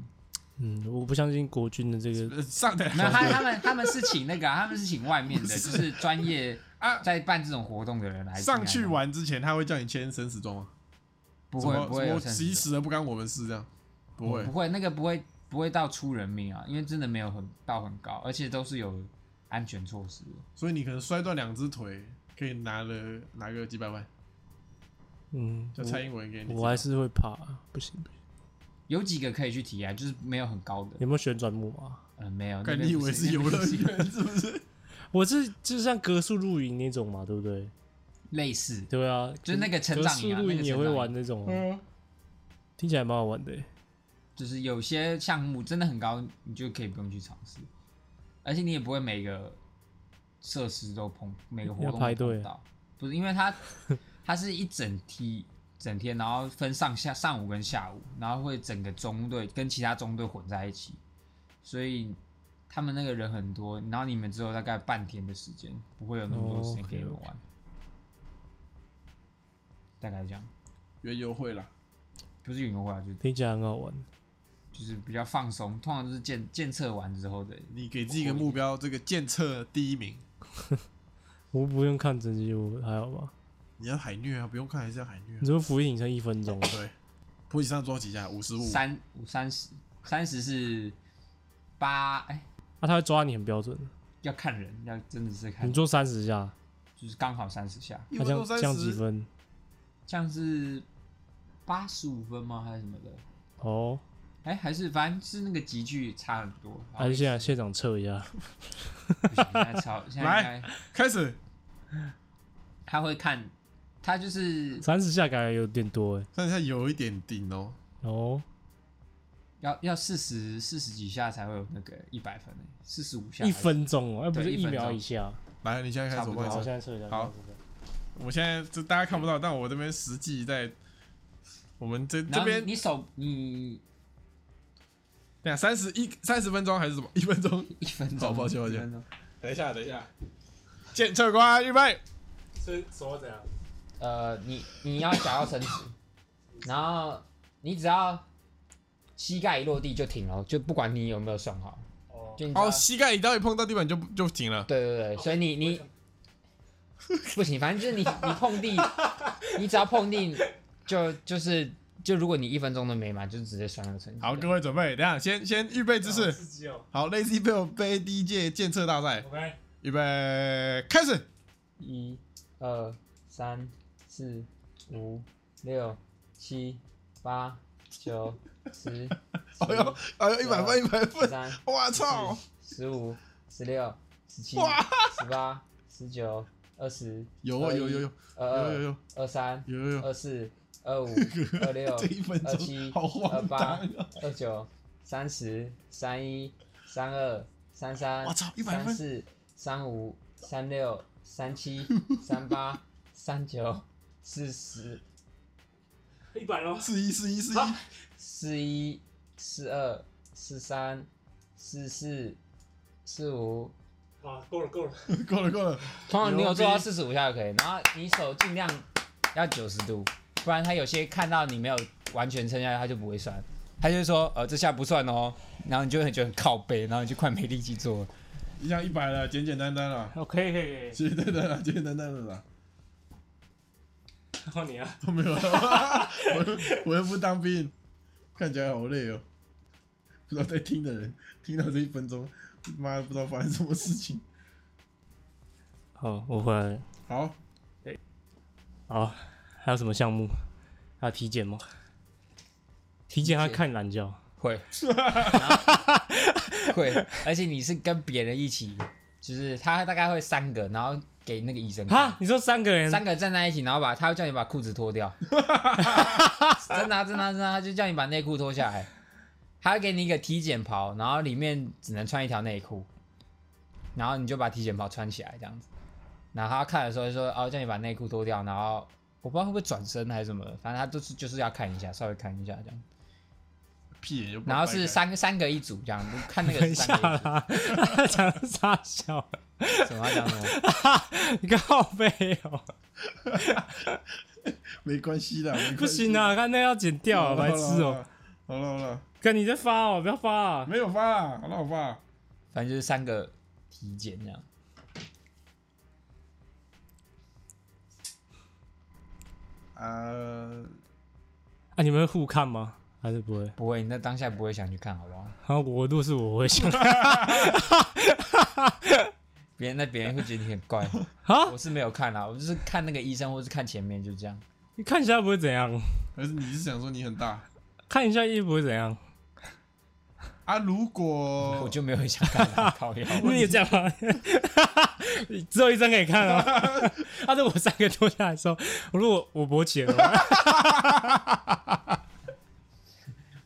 嗯，我不相信国军的这个呃上 *laughs* 台没有，他他们他们是请那个啊、他们是请外面的，就是专业啊在办这种活动的人来进来上去，玩之前，他会叫你签生死状吗？不什会么不会有什么生急死死了不干我们事这样？不会不，会，那个不会不会到出人命啊，因为真的没有很到很高，而且都是有安全措施的。所以你可能摔断两只腿，可以拿了拿个几百万，嗯，叫蔡英文给你。我我还是会怕，不行。不行有几个可以去体验，就是没有很高的，有没有旋转木马？嗯，没有。干那你边以不为是游乐园是不是？ *laughs* 我是就是像格数露营那种嘛，对不对？ *laughs* 类似，对啊，就是那个成长营啊格数露那营个成也长会营玩那种、啊，嗯听起来蛮好玩的、欸。就是有些项目真的很高，你就可以不用去尝试，而且你也不会每个设施都碰，每个活动都要排队碰到，不是因为 *laughs* 它它是一整梯。整天，然后分上下上午跟下午，然后会整个中队跟其他中队混在一起，所以他们那个人很多，然后你们只有大概半天的时间，不会有那么多哦时间给你们玩。大概这样，约优惠啦，不是云游会啊，就听起来很好玩。就是比较放松，通常就是建建测完之后的你给自己一个目标，这个建测第一名，我不用看整集，我还好吧？你你要海虐啊，不用看还是要海嗯虐、啊你。说浮影成一分钟，对，坡起上抓几下，五十五，三五三十三十是八，哎，啊，他会抓你很标准，要看人，要真的是看你人，做三十下，就是刚好三十下，一他分这样钟这三样几十，分？这样是八十五分吗？还是什么的？哦，哎，还是反正是那个集距差很多。然后还是现在现场测一下。不行现在超现在应该开始他会看他就是三十下感觉有点多哎。但是它有一点顶哦，哦，要要四十四十几下才会有那个一百欸分诶，四十五下一分钟哦，哎，不是对一一分钟秒以下。来，你现在开始差不我多帮你好，测我现在测一下。好现在测一下我现在这大家看不到，但我这边实际在我们这然这后你边你手你两三十一三十分钟还是什么？一 *laughs* 分钟？一分钟，好抱歉抱歉一分钟。等一下，等一下，检测官啊预备，所以手要怎样？呃，你你要想要伸直， *coughs* 然后你只要膝盖一落地就停了，就不管你有没有算好，哦，就你只要哦，膝盖一到一碰到地板就就停了。对对对，所以你你不行，反正就是你你碰地，你只要碰地就就是就如果你一分钟都没满，就直接算那个成绩。好，各位准备，等一下先先预备姿啊势。刺激哦。好，Lazy Bell 杯第一届检测大赛， OK，预备开始。一、二、三、四、五、六、七、八、九、十、 *laughs* 哎呦哎啊呦，一百分一百十 *laughs* 分，三、我嗯操！十五、十六、十七、哇十八、十九、二十，有啊有有有二有有二、有二三、有有有，、二四、二五、二六 *laughs* 这一分二钟七、好二荒八唐啊！、二九、三十、三一、三二、三三我、操，一百三分！四、三五、三六、三 *laughs* 七、三八、三九、四十、一百喽。四一四一四一，啊四一、四二、四三、四四、四五。好，够了够了。 *laughs* 够了够了，通常你有做牛到逼四十五下就可以，然后你手尽量要九十度，不然他有些看到你没有完全撑下来，他就不会算，他就会说呃这下不算哦，然后你就会觉得很靠背，然后你就快没力气做了。一样一百了，简简单单 *laughs* 了， OK，可以可简简单单了，简简单单了啦。以。 *laughs* 换你啊。我没有，我又我又不当兵，看起来好累哦。不知道在听的人听到这一分钟，妈的不知道发生什么事情。好，我回来了。好，好，还有什么项目？还有体检吗？体检要看懒觉。会，会，而且你是跟别人一起，就是他大概会三个，然后给那个医生看啊，你说三个嗯人？三个站在一起，然后把他会叫你把裤子脱掉，真的啊、真的啊、真的啊、他就叫你把内裤脱下来，他会给你一个体检袍，然后里面只能穿一条内裤，然后你就把体检袍穿起来这样子，然后他看的时候就说哦叫你把内裤脱掉，然后我不知道会不会转身还是什么，反正他都是就是要看一下，稍微看一下这样，屁眼又不然后掰开，是三个三个一组这样，看那个等一是下三个一组啦，他讲的傻笑，什么要讲什么。你靠背哦，没关系的，没关系不行 *laughs* 啊，看那要剪掉好啊，了白痴哦。。好了好了好了，看你在发哦，不要发啊。没有发啦，好了我发。反正就是三个体检这样。呃，啊，你们会互看吗？还是不会？不会，你那当下不会想去看，好不好？啊，我如果是我，我会 *laughs* 想别人那别人会觉得你很怪。 *laughs* 啊，我是没有看啦，我就是看那个医生，或是看前面，就这样。你看一下不会怎样，还是你是想说你很大看一下又不会怎 *laughs* 样。啊？如果哦我就没有想看啦，靠腰。 *laughs* 你也这样吗？ *laughs* 只有一张可以看啊。 *laughs* 他说我三个脱下来的时候，我如果我勃起 *laughs* 了怎么办，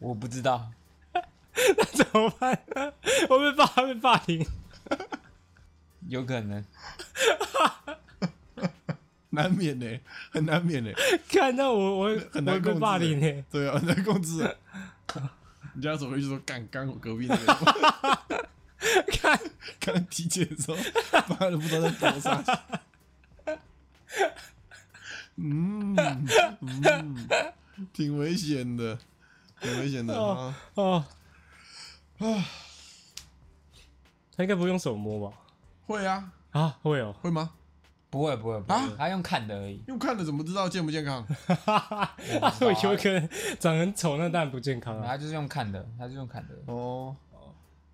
我不知道，那怎么办？我被霸被霸凌。有可能。难免呢、很难免呢、看到我我很难我控被制欸霸凌欸呢。对啊，很难控制、 *laughs* 人家走回去说干刚我隔壁那个， *laughs* 看刚体检的时候，妈的不知道在搏啥。嗯嗯，挺危险的，挺危险的啊！ *sighs* 哦，啊他应该不用手摸吧？会啊，啊，会哦，会吗？不会不会不啊会，他用看的而已。用看了怎么知道健不健康？他 *laughs* 会 *laughs* 有可能长得很丑，那当然不健康啊。他就是用看的，他就是用看的。哦，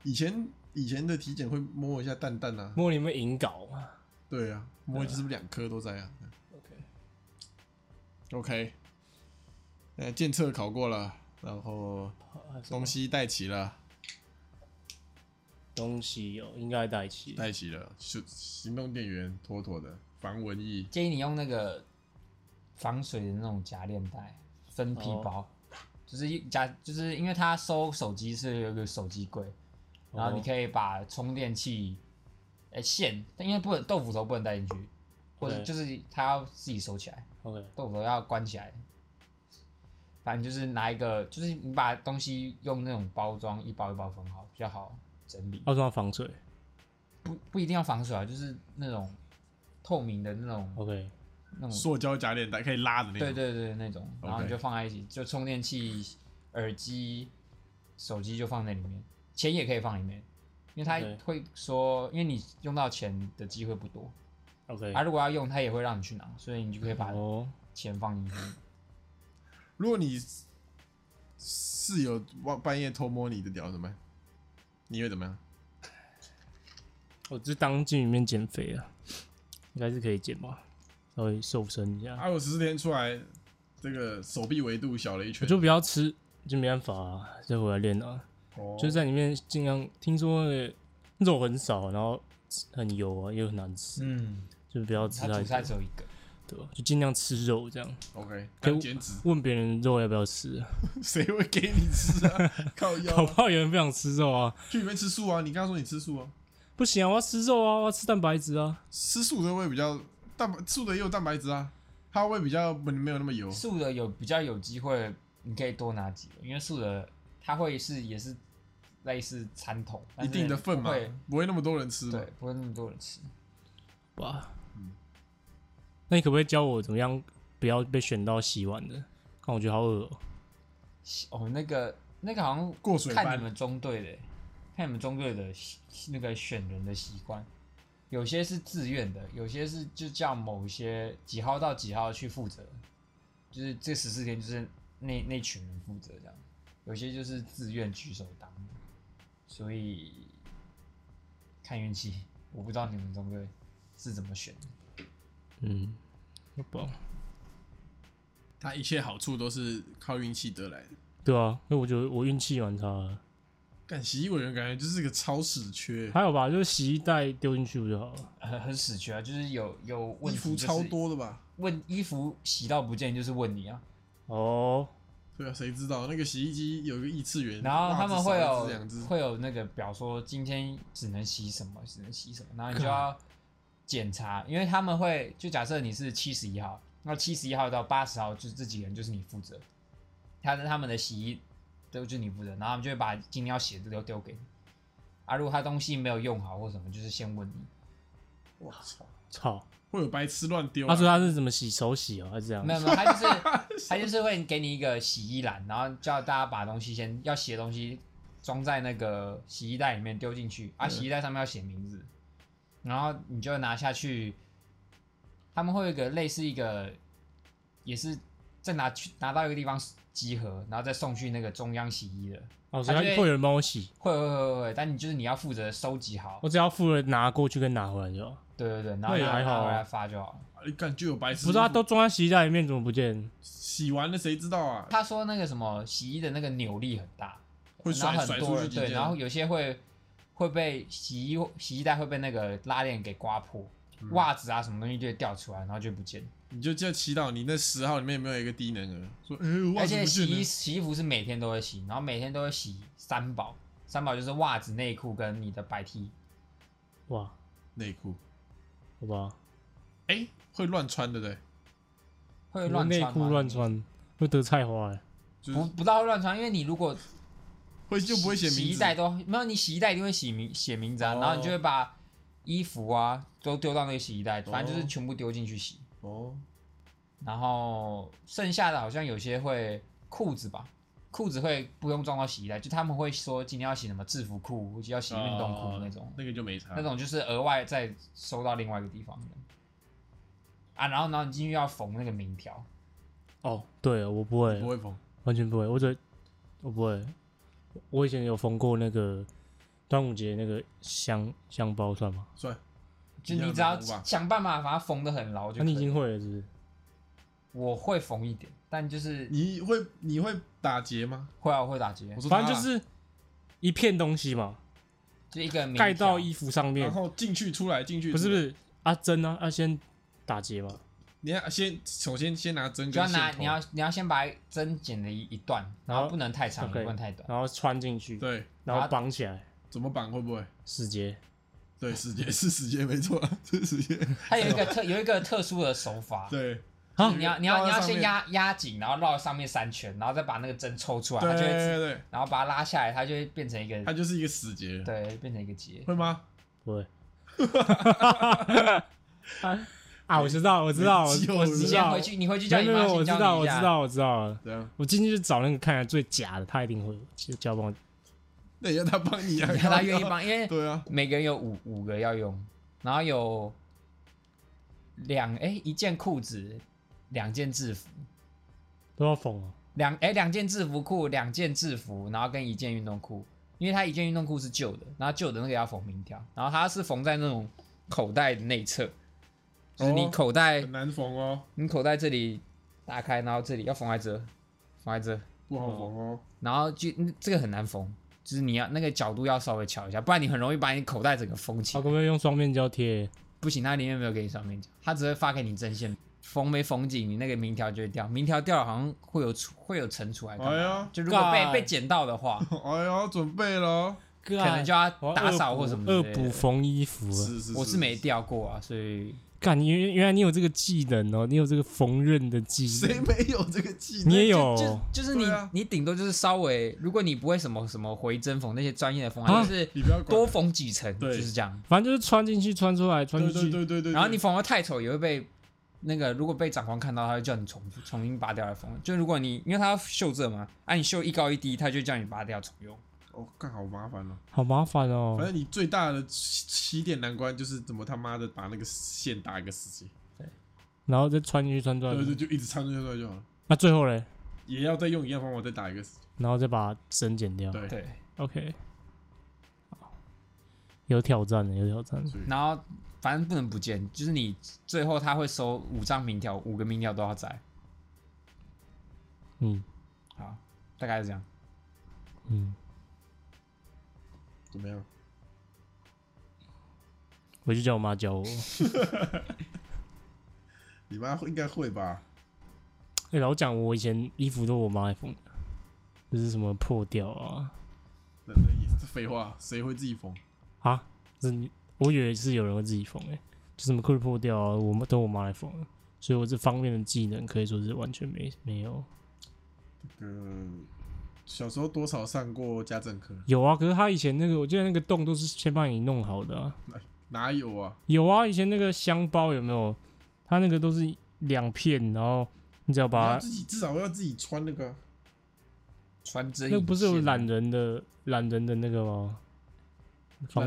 以前以前的体检会摸一下蛋蛋啊，摸你们引睾嘛？对啊，摸就是两颗都在啊。OK，呃，检测考过了，然后东西带齐了，东西哦，应该带齐。带齐了，行行动电源妥妥的，防蚊液建议你用那个防水的那种夹链袋，真皮哦包，就是一夹，就是因为它收手机是有一个手机柜，然后你哦可以把充电器，哎、线，但因为不能豆腐头不能带进去，或者 OK 就是它要自己收起来， OK，豆腐头要关起来。反正就是拿一个，就是你把东西用那种包装一包一包分好，比较好整理。要装防水不不一定要防水啊，就是那种透明的那种，OK，嗯那种，塑胶夹链带可以拉的那种。对对对，那种，然后你就放在一起，就充电器、耳机、手机就放在里面，钱也可以放里面，因为他 OK 会说，因为你用到钱的机会不多， OK，啊，如果要用，他也会让你去拿，所以你就可以把哦，钱放进去。如果你室友半半夜偷摸你的屌怎么办？你会怎么样？我就当镜里面减肥啊，应该是可以减吧，稍微瘦身一下，啊，我十四天出来，这个手臂维度小了一我圈，就不要吃，就没办法、啊，再回来练啊，哦就是在里面尽量听说那个那种很少，然后很油啊，又很难吃，嗯，就不要吃他主太菜只多，有一个，对吧？就尽量吃肉这样， OK，可以看减脂，问别人肉要不要吃，谁会给你吃 *laughs* 啊？靠腰搞啊不，好有人不想吃肉啊，去里面吃素啊！你刚刚说你吃素啊，不行啊，我要吃肉啊，我要吃蛋白质啊，吃素的会比较蛋白，素的也有蛋白质啊，它会比较不没有那么油。素的有比较有机会，你可以多拿几个，因为素的它会是也是类似餐桶，但一是定的份不嘛会，不会那么多人吃嘛对，，不会那么多人吃。吧。那你可不可以教我怎么样不要被选到洗碗的？看我觉得好恶、哦哦，那个那个好像过水看班你们中队的，看你们中队的习那个选人的习惯，有些是自愿的，有些是就叫某些几号到几号去负责，就是这十四天就是那那群人负责这样，有些就是自愿举手当的，所以看运气，我不知道你们中队是怎么选的。嗯，不好，它一切好处都是靠运气得来的。对啊，因为我觉得我运气蛮差的，干洗衣委员感觉就是个超市缺，还有吧，就是洗衣袋丢进去不就好了？很很死缺啊，就是有有问衣题、服就是，超多的吧？问衣服洗到不见就是问你啊，哦，对啊，谁知道那个洗衣机有一个异次元，然后他们会袜子少一有只两只，会有那个表说今天只能洗什么，只能洗什么，然后嗯你就要检查，因为他们会就假设你是七十一号，那七十一号到八十号就是这几个人就是你负责，他的他们的洗衣都就是你负责，然后他们就会把今天要洗的都丢给你，啊，如果他东西没有用好或什么，就是先问你，我操，操！会有白痴乱丢啊。他说他是怎么洗手洗哦，还是这样没？有 *laughs* 没有，他就是他就是会给你一个洗衣篮，然后叫大家把东西先要洗的东西装在那个洗衣袋里面丢进去，嗯啊，洗衣袋上面要写名字，然后你就拿下去，他们会有一个类似一个，也是再拿去拿到一个地方集合，然后再送去那个中央洗衣的，哦，所以他他就会会有人帮我洗，会会会会，但你就是你要负责收集好，我只要负责拿过去跟拿回来就好。对对对，然后哦那也拿还好拿啊回来发就好了。你感哎觉有白痴，不是啊，都装在洗衣袋里面，怎么不见？洗完了谁知道啊？他说那个什么洗衣的那个扭力很大，会然甩后甩很出多去人几件啊对，然后有些会会被洗衣洗衣袋会被那个拉链给刮破，嗯袜子啊什么东西就会掉出来，然后就不见了。你就叫祈祷你那十号里面有没有一个低能儿，说哎、我袜而子且不洗见衣了，洗衣服是每天都会洗，然后每天都会洗三宝，三宝就是袜子、内裤跟你的白 T。哇，内裤，好吧，哎、会乱穿对不对？会乱内穿吗裤乱，穿会得菜花哎。就是不不到会乱穿，因为你如果会 *laughs* 就不会写洗名衣字袋，都没有，你洗衣袋一定会洗名写名字啊，哦然后你就会把衣服啊都丢到那个洗衣袋，反正就是全部丢进去洗。哦，然后剩下的好像有些会裤子吧，裤子会不用装到洗衣袋，就他们会说今天要洗什么制服裤，或者要洗运动裤那种，哦那个就没差，那种就是额外再收到另外一个地方的。啊，然后然后你进去要缝那个名条，哦，对了，我不会，不会缝，完全不会，我只我不会。我以前有缝过那个端午节那个香香包算吗？算就一你样的只要缝法想办法把它缝得很牢就可那、啊你以已。经会了是不是？我会缝一点，但就是你会你会打结吗？会啊会打结，我说他反正就是一片东西嘛，就一个名盖到条衣服上面然，后进去出来进去，不是不是啊针啊啊先打结嘛，你要先首先先拿针就要跟线拿头你要你要先把针剪了一一段，然后不能太长，也 OK 不能太短。然后穿进去，对然后绑起来，怎么绑会不会？死结。对，死结是死结没错，是死结。它有一个特有一个特殊的手法，对你要你要绕你在要上先面压压紧，然后绕上面三圈，然后再把那个针抽出来，它对就会自，对对，然后把它拉下来，它就会变成一它个，就是一个死结，对，变成一个结。会吗？ *laughs* 对。啊，我知道，我知道，我没救了我知你先道回。去，你回去叫没你有没妈有，我先知道，教你我一知下。道，我知道了。对啊，我进去找那个看起来最假的，他一定会就叫帮我。那也要他帮你啊，让他愿意帮，因 *laughs* 为对啊，每个人有五五个要用，然后有两哎、一件裤子，两件制服，都要缝哦。两哎、两件制服裤，两件制服，然后跟一件运动裤，因为他一件运动裤是旧的，然后旧的那个要缝明条，然后它是缝在那种口袋内侧，就是你哦口袋、很难缝哦，你口袋这里打开，然后这里要缝在这，缝在这，不好缝哦。然后就嗯这个很难缝。就是你要那个角度要稍微调一下，不然你很容易把你口袋整个封起他来可。不可以用双面胶贴？不行，他里面没有给你上面讲，他只会发给你针线，缝没缝紧，你那个明条就会掉，明条掉了好像会有出会有尘出来干嘛哎呀，就如果被 God 被捡到的话，哎呀，准备哦咯。可可能就要打扫或什么之啊哦恶类的补缝衣服啊。是是，我是没掉过啊，所以干，你原原来你有这个技能哦，你有这个缝纫的 *laughs* 技谁 *laughs* 能，没有这个技能？你也有就就是你、对啊你顶多就是稍微，如果你不会什么什么回针缝那些专业的缝，啊就是你不要管多缝几层，就对是这样。反正就是穿进去、穿出来、穿对进对对去。对对，然后你缝的太丑也会被那个，如果被长官看到，他会叫你重重新拔掉来缝。就如果你因为他要绣这嘛，啊你绣一高一低，他就叫你拔掉重用。哦，干好麻烦哦。好麻烦哦反。正你最大的起起点难关就是怎么他妈的把那个线打一个死结，然后再穿进去、穿出来。对对，就一直穿出来就好了，那最后嘞，也要再用一样方法再打一个死结。然后再把针剪掉。对，对， OK，有挑战的，有挑战的。所以然后反正不能不见，就是你最后他会收五张名条，五个名条都要摘。嗯好，大概是这样。嗯，怎么样？回去叫我妈教我。你妈会应该会吧？哎、老讲我以前衣服都我妈来缝的，就是什么破掉啊那那也是废话，谁会自己缝？啊，这你我以为是有人会自己缝哎、就什么裤子破掉啊，我们都我妈来缝的，所以我这方面的技能可以说是完全没没有。嗯，小时候多少上过家政课？有啊，可是她以前那个，我记得那个洞都是先帮你弄好的啊。哪有啊？有啊，以前那个香包有没有？它那个都是两片，然后你只要你把要自己至少要自己穿那个啊，穿针那不是有引线啊懒人的懒人的那个吗？方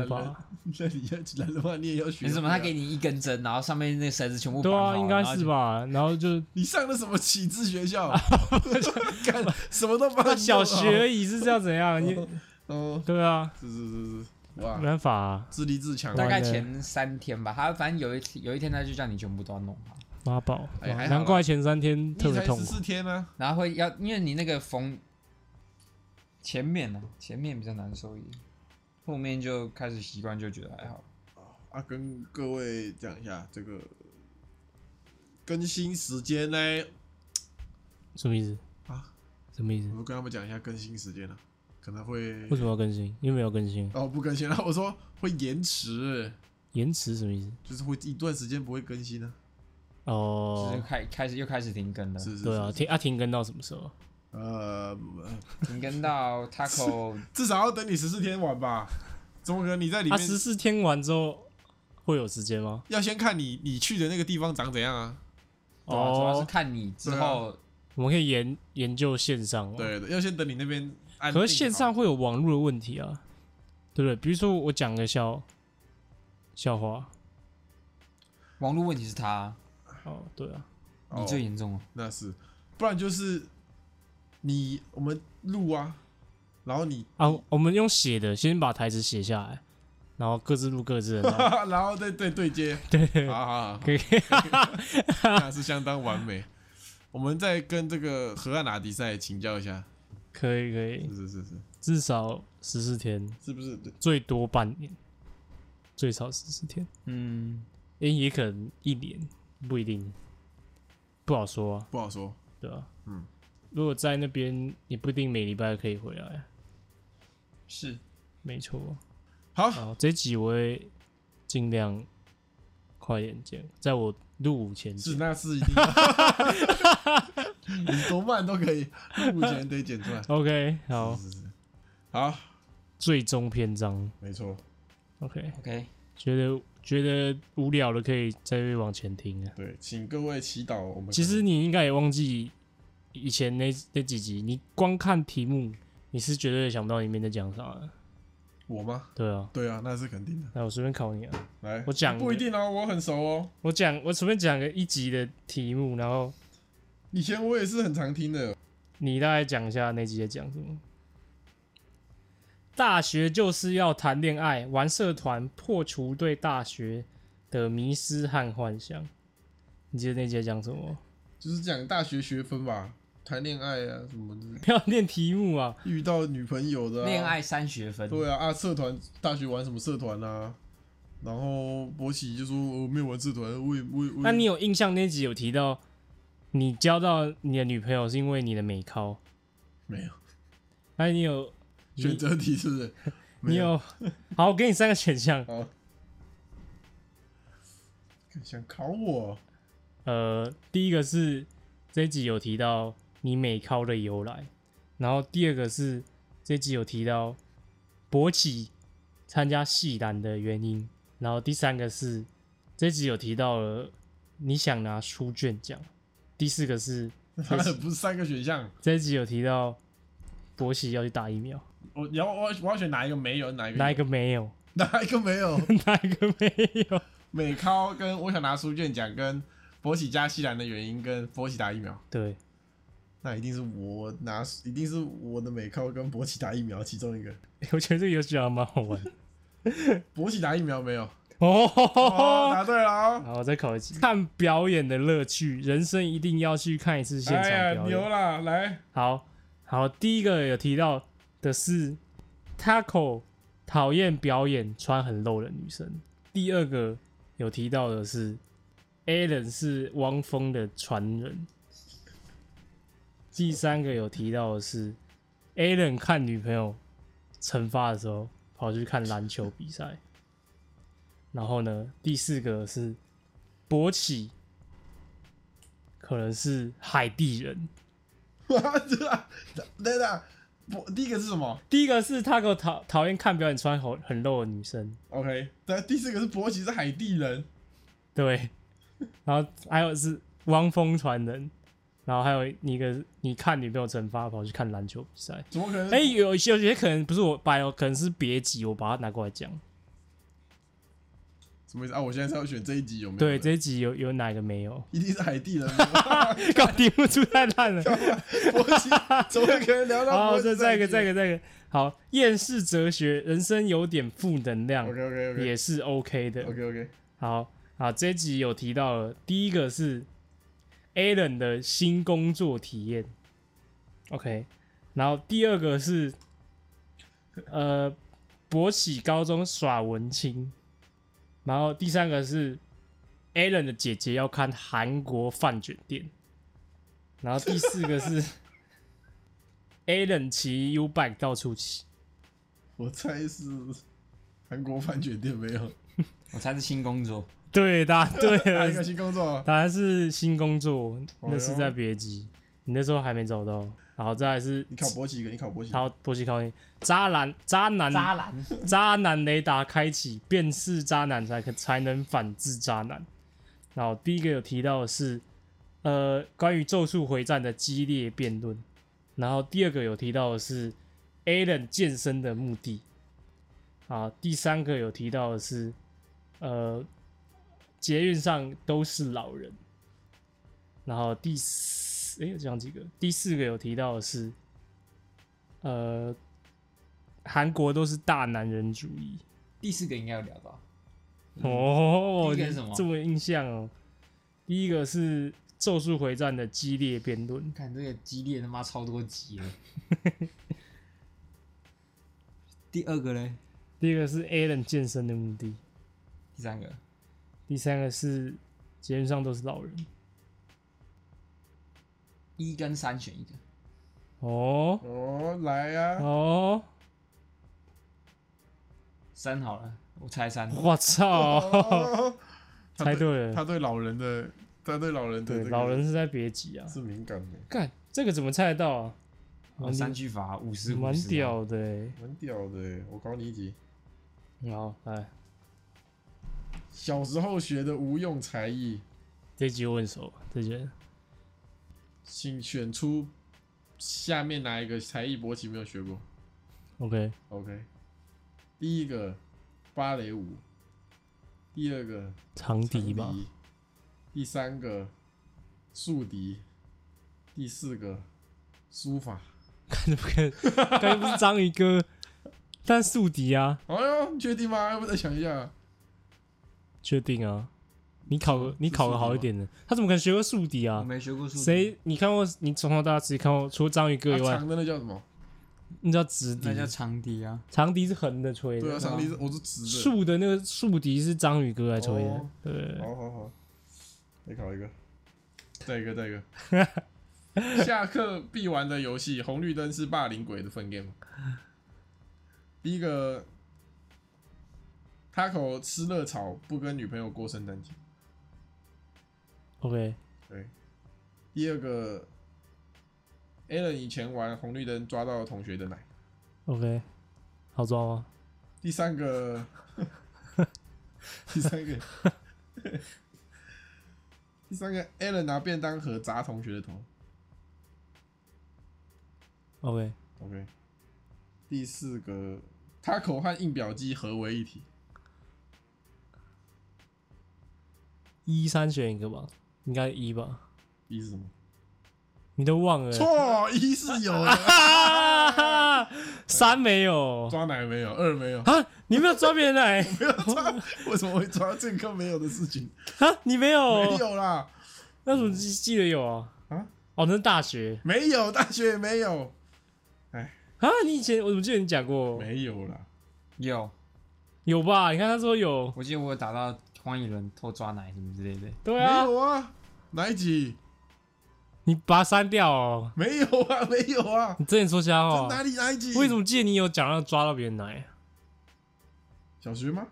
懒人法啊 *laughs* 那你要来的话，你也要学、啊没什么，他给？你一根针，然后上面那个绳子全部对绑啊，好应该然后是就吧？然后就你上的什么启智学校？干什么都帮 *laughs* 啊那小 *laughs* 学而已是这样怎样？你哦， *laughs* 对啊，是是是是，哇没，办法啊，自立自强对啊，大概完了前三天吧，他反正有一天有一天他就叫你全部都要弄好，妈宝，哎还好啦难怪前三天特你别才痛十苦。四天啊呢、然后会要因为你那个缝前面呢、前面比较难受一点，后面就开始习惯就觉得还好。啊，跟各位讲一下这个更新时间呢，什么意思啊？什么意思我？们跟他们讲一下更新时间了、啊可能会为什么要更新？因为没有更新，哦不更新了，我说会延迟，延迟什么意思？就是会一段时间不会更新啊呢、就哦是，开开始又开始停更了，是是对啊，是停啊停更到什么时候？呃，不呃停更到 *laughs* Taco 至少要等你十四天完吧？怎么可能你在里啊，面？十四天完之后会有时间吗？要先看你你去的那个地方长怎样啊？对啊主要是哦，看你之对啊后我们可以研研究线上。，对的，要先等你那边安定好。可是线上会有网络的问题啊，对不对？比如说我讲个笑笑话，网络问题是他，哦，对啊，哦你最严重了。那是，不然就是你我们录啊，然后你啊，我们用写的，先把台词写下来，然后各自录各 *laughs* 自的，然后然后再对对接，哦对，好好好，可以，那是相当完 *laughs* 美。我们再跟这个河岸拉迪赛请教一下，可以，可以是，是是是，至少十四天，是不是？对最多半年，最少十四天，嗯，也也可能一年，不一定。不好说啊，不好说。对啊，嗯，如果在那边也不一定每礼拜可以回来，是没错。好好，这集我会尽量快点剪，在我入伍前是剪。那是 *laughs* 一定要，你多慢都可以，目前得剪出来。 OK，好，是是是，好，最终篇章。没错， OK， OK，觉得觉得无聊的可以再往前听啊。对，请各位祈祷我们。其实你应该也忘记以前那那几集，你光看题目，你是绝对想不到里面在讲啥的。我吗？对啊，对啊，那是肯定的。那我随便考你啊，来，我讲不一定哦，我很熟哦。我讲我随便讲个一集的题目，然后以前我也是很常听的，你大概讲一下那集在讲什么。大学就是要谈恋爱，玩社团，破除对大学的迷失和幻想。你记得那集在讲什么吗？ *laughs* 就是讲大学学分吧，谈恋爱啊什么的，不要念题目啊！遇到女朋友的啊恋。爱三学分，对啊，啊，社团大学玩什么社团啊？然后博喜就说我没有玩社团，我也我也我也那你有印象那集有提到，你交到你的女朋友是因为你的美靠？没有那你有你选择题是不是？你没有有好，我给你三个选项，好，想考我？呃，第一个是这一集有提到你美靠的由来，然后第二个是这一集有提到勃起参加戏篮的原因，然后第三个是这一集有提到了你想拿书卷奖，第四个是他的 *laughs* 不是三个选项，这一集有提到勃起要去打疫苗，我然后我要我要选哪一个没有，哪一个有哪一个没有？ *laughs* 哪一个没有？ *laughs* 哪一个没有？美考跟我想拿书卷奖跟博喜加西兰的原因跟博喜打疫苗，对，那一定是我拿，一定是我的美考跟博喜打疫苗其中一个。 *laughs* 我觉得这个游戏还蛮好玩的博喜打疫苗没有？哦，哦。答对了哦！好，我再考一次，看表演的乐趣，人生一定要去看一次现场哎呀，表演。牛啦！来， *laughs* 好好，第一个有提到的是 Taco 讨厌表演穿很露的女生。第二个有提到的是 Alan 是汪峰的传人。第三个有提到的是 Alan 看女朋友惩罚的时候跑去看篮球比赛。然后呢，第四个是勃起可能是海地人。哇，这啊等等，博第一个是什么第一个是他给我讨讨厌看表演穿很很露的女生， ？OK，但第四个是博喜是海地人，对，然后还有是汪峰传人，然后还有一个是你看女朋友惩罚跑去看篮球比赛，怎么可能？哎、有有些有些可能不是我掰哦，可能是别集，我把它拿过来讲。什么意思啊？我现在是要选这一集有没有？对，这一集有有哪个没有？ *laughs* 一定是海地人没有。搞题目出太烂了。博喜 *laughs* 怎么可能聊到好，博喜哦这是再海一地个，人？再一个，再一个。好，厌世哲学，人生有点负能量 OK OK OK 也是 OK 的。 OK OK，好好，这一集有提到了，第一个是 Alan 的新工作体验，OK，然后第二个是呃博喜高中耍文青，然后第三个是 Alan 的姐姐要看韩国饭卷店，然后第四个 *laughs* 是 Alan 骑 U bike 到处骑，我猜是韩国饭卷店没有。呃我猜是新工作，对，答对 *laughs* 哪了一，个新工作？啊答案是新工作，哎呦那是在别集，你那时候还没找到。然后再来是，你考博几个？你考博几？然后波西考你，渣男渣男渣男，渣男雷达开启，辨识渣男才可才能反制渣男。然后第一个有提到的是，呃，关于《咒术回战》的激烈辩论。然后第二个有提到的是 Alan 健身的目的。啊，第三个有提到的是，呃，捷运上都是老人。然后第四，诶，有讲几个？第四个有提到的是，呃，韩国都是大男人主义。第四个应该有聊到，哦，第一个是什么这么有印象哦。第一个是《咒术回战》的激烈辩论，看这个激烈他妈超多集了。 *laughs* 第二个嘞，第二个是 Alan 健身的目的，第三个，第三个是节目上都是老人。一跟三选一个。哦哦，来啊！哦，三好了，我猜三。哦我哦操，他哦猜对了他对老人的，他 *laughs* 对老人的对这，个老人是在别急啊，是敏感的，干这个怎么猜得到啊？哦，三句法五十啊五蛮十，屌的欸，蛮屌的耶。我考你一题，好，来小时候学的无用才艺，这集我很熟，这集请选出下面哪一个才艺博奇没有学过 OK， ？OK，第一个芭蕾舞，第二个长笛吧长，笛第三个竖笛，第四个书法。 *laughs* 看不看？刚才不是章鱼哥，但宿敌啊，哎呦，你确定吗？要不再想一下？确定啊？你考个是你考宿个敌吗好一点的，他怎么可能学会宿敌我啊？没学过数。谁？你看过？你从小到大只看过，除了章鱼哥啊以外，长的那叫什么？你知道直笛那？叫长笛啊，长笛是横的吹对啊，的，长笛是我是直的。竖的那个竖笛是章鱼哥来吹的哦，对，好好好，再考一个，再一个，再一个。 *laughs* 下课必玩的游戏，红绿灯是霸凌鬼的分 game。第一个，Taco 吃热炒，不跟女朋友过圣诞节。 OK，对。第二个，Allen 以前玩红绿灯抓到同学的奶。 OK，好抓吗？第三个，第三个，第三个，Allen 拿便当盒砸同学的头。 OK， OK，第四个，Taco 和印表机合为一体。一三选一个吧，应该一吧？一是什么？你都忘了欸？错，一是有的，啊！ *laughs* 三没有抓奶没有，二没有，啊？你没有抓别人来 *laughs* 抓为什么会抓这个没有的事情？啊？你没没有？有啦，那怎么记记得有啊？啊哦，那是大学没有，大学也没有，啊？你以前我怎么记得你讲过？没有啦，有，有吧？你看他说有，我记得我有打到黄以伦偷抓奶什么之类的。对没啊，有啊，哪一集？你把它删掉哦。没有啊， *laughs* 没有啊，你之前说瞎这话，哪里哪一集？为什么记得你有讲要抓到别人来？小学 *laughs* 吗？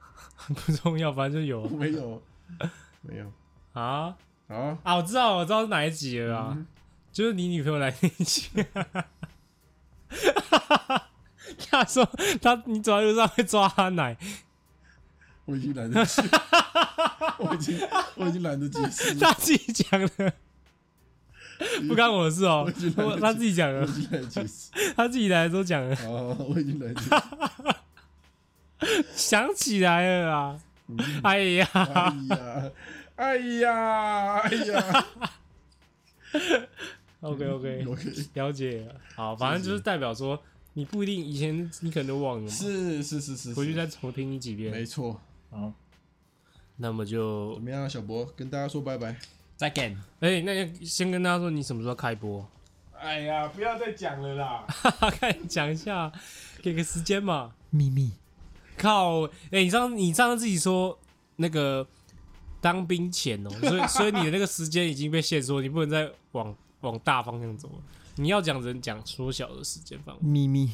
*laughs* 不重要，反正就有没有，没有。啊好，啊！我知道，我知道是哪一集了啊，嗯就是你女朋友来那一集。 *laughs* 他说他你走在路上会抓他奶，我已经懒 *laughs* 得解，我已经我已经懒得解 *laughs* 释了，他自己讲的，不干我的事哦我已经。来不我及他自己讲我的已，经懒得解释。他自己来的时候讲的，哦，我已经懒得解释。想起来了啊！嗯哎呀，哎呀，哎呀，哎 *laughs* 呀 OK OK， ，OK，了解了。好，反正就是代表说，你不一定以前你可能都忘了嘛，是是是是，回去是再重听你几没遍。错。那么就怎，么样啊，小博跟大家说拜拜。再见，哎、那要先跟大家说你什么时候开播， *laughs* 哎呀，不要再讲了啦！大概讲一下，给个时间嘛。秘密。靠，哎、你上你上次自己说那个当兵前哦、所以 *laughs* 所以你的那个时间已经被限缩，你不能再往往大方向走了。你要讲只能讲缩小的时间范围，秘密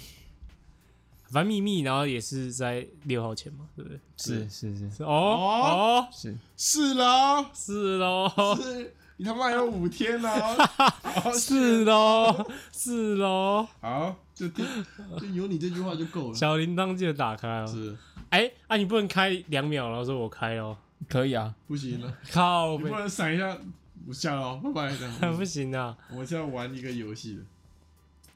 反正秘密，然后也是在六号前嘛，对不对？是是是哦哦，是，是啦，是喽，是，你他妈还有五天 *laughs* 呢。好是，喽，是喽，好，就听，就有你这句话就够了。小铃铛记得打开哦。是，哎、啊，你不能开两秒，然后说我开哦。可以啊，不行 *laughs* 了，靠你不北，能闪一下，我下了哦，拜拜。这样 *laughs* 不行啊！我是要玩一个游戏的。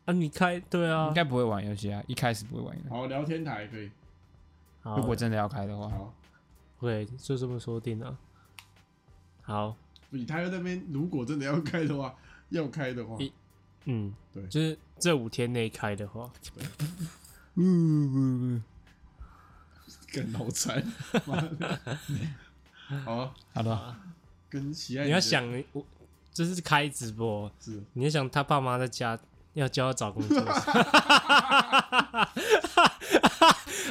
啊，你开对啊应，该不会玩游戏啊，一开始不会玩游戏。好，聊天台可以。好如果真的要开的话，好，对，就这么说定了。好，你他又在那边，如果真的要开的话，要开的话，一嗯，对就是这五天内开的话，更脑 *laughs* 残。妈的，好啊，好的，跟喜爱你要的想我这是开直播，是你要想他爸妈在家要教他找工作。 *laughs*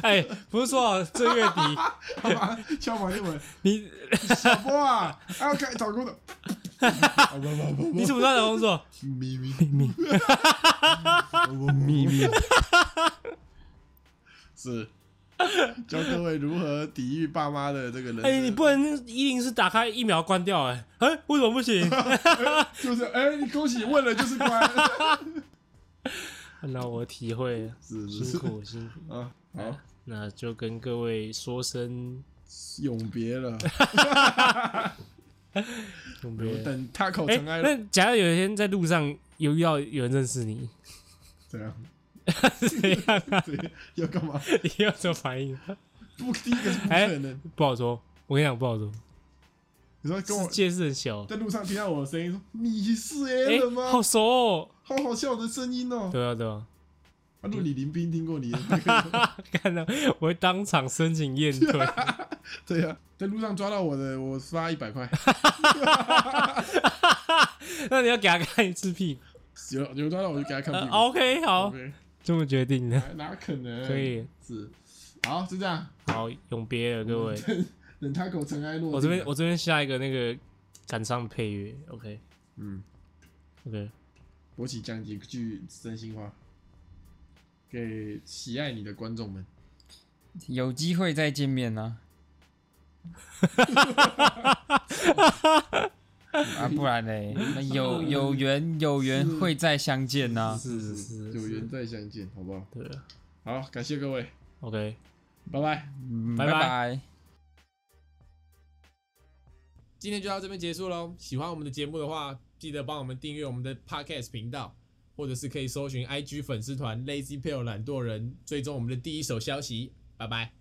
哎、不是说好这月底他妈敲门就门，你 *laughs* 小波啊，啊要开找工作，你怎么知道小红 *laughs* 薯？咪咪咪咪咪， *laughs* 是教各位如何抵御爸妈的这个人。哎、你不能一零四打开一秒关掉、哎，哎，为什么不行？就是哎，你恭喜问了就是关， *laughs* 那我体会了，是是辛是苦辛苦。啊，好，那就跟各位说声永别了，永我别们。等他口哎、尘埃了，那假如有一天在路上有遇到有人认识你， *laughs* 怎样？怎样啊？对，啊 *laughs* 要干嘛？你要什么反应？不，第一个是不可能。不好说，我跟你讲不好说，你说跟世我界是很小的。在路上听到我的声音，说你是哎、 A 了吗？好熟哦！好好笑的声音哦。对啊，对啊，啊，如果你林斌听过你的那个，看到 *laughs* 我会当场申请验 *laughs* 退，对呀，在路上抓到我的，我发一百块。那你要给他看一次屁股。有有抓到我就给他看呃屁股。 OK，好， OK，嗯这么决定的，哪哪可能？可以。是，好，就这样，好，永别了各位。 *laughs* 嗯等他口尘埃落定了。我这边我这边下一个那个感伤配乐，OK 嗯， OK，博起讲几句真心话，给喜爱你的观众们。有机会再见面 *laughs* 呢、啊。不然嘞，那有嗯有缘有缘会再相见啊呐、是是啊是有缘再相见，好不好？对啊好，感谢各位， ，OK，拜拜。嗯拜拜拜今天就到这边结束喽。喜欢我们的节目的话，记得帮我们订阅我们的 Podcast 频道，或者是可以搜寻 IG 粉丝团 Lazy p a l e 懒惰人，追踪我们的第一手消息。拜拜。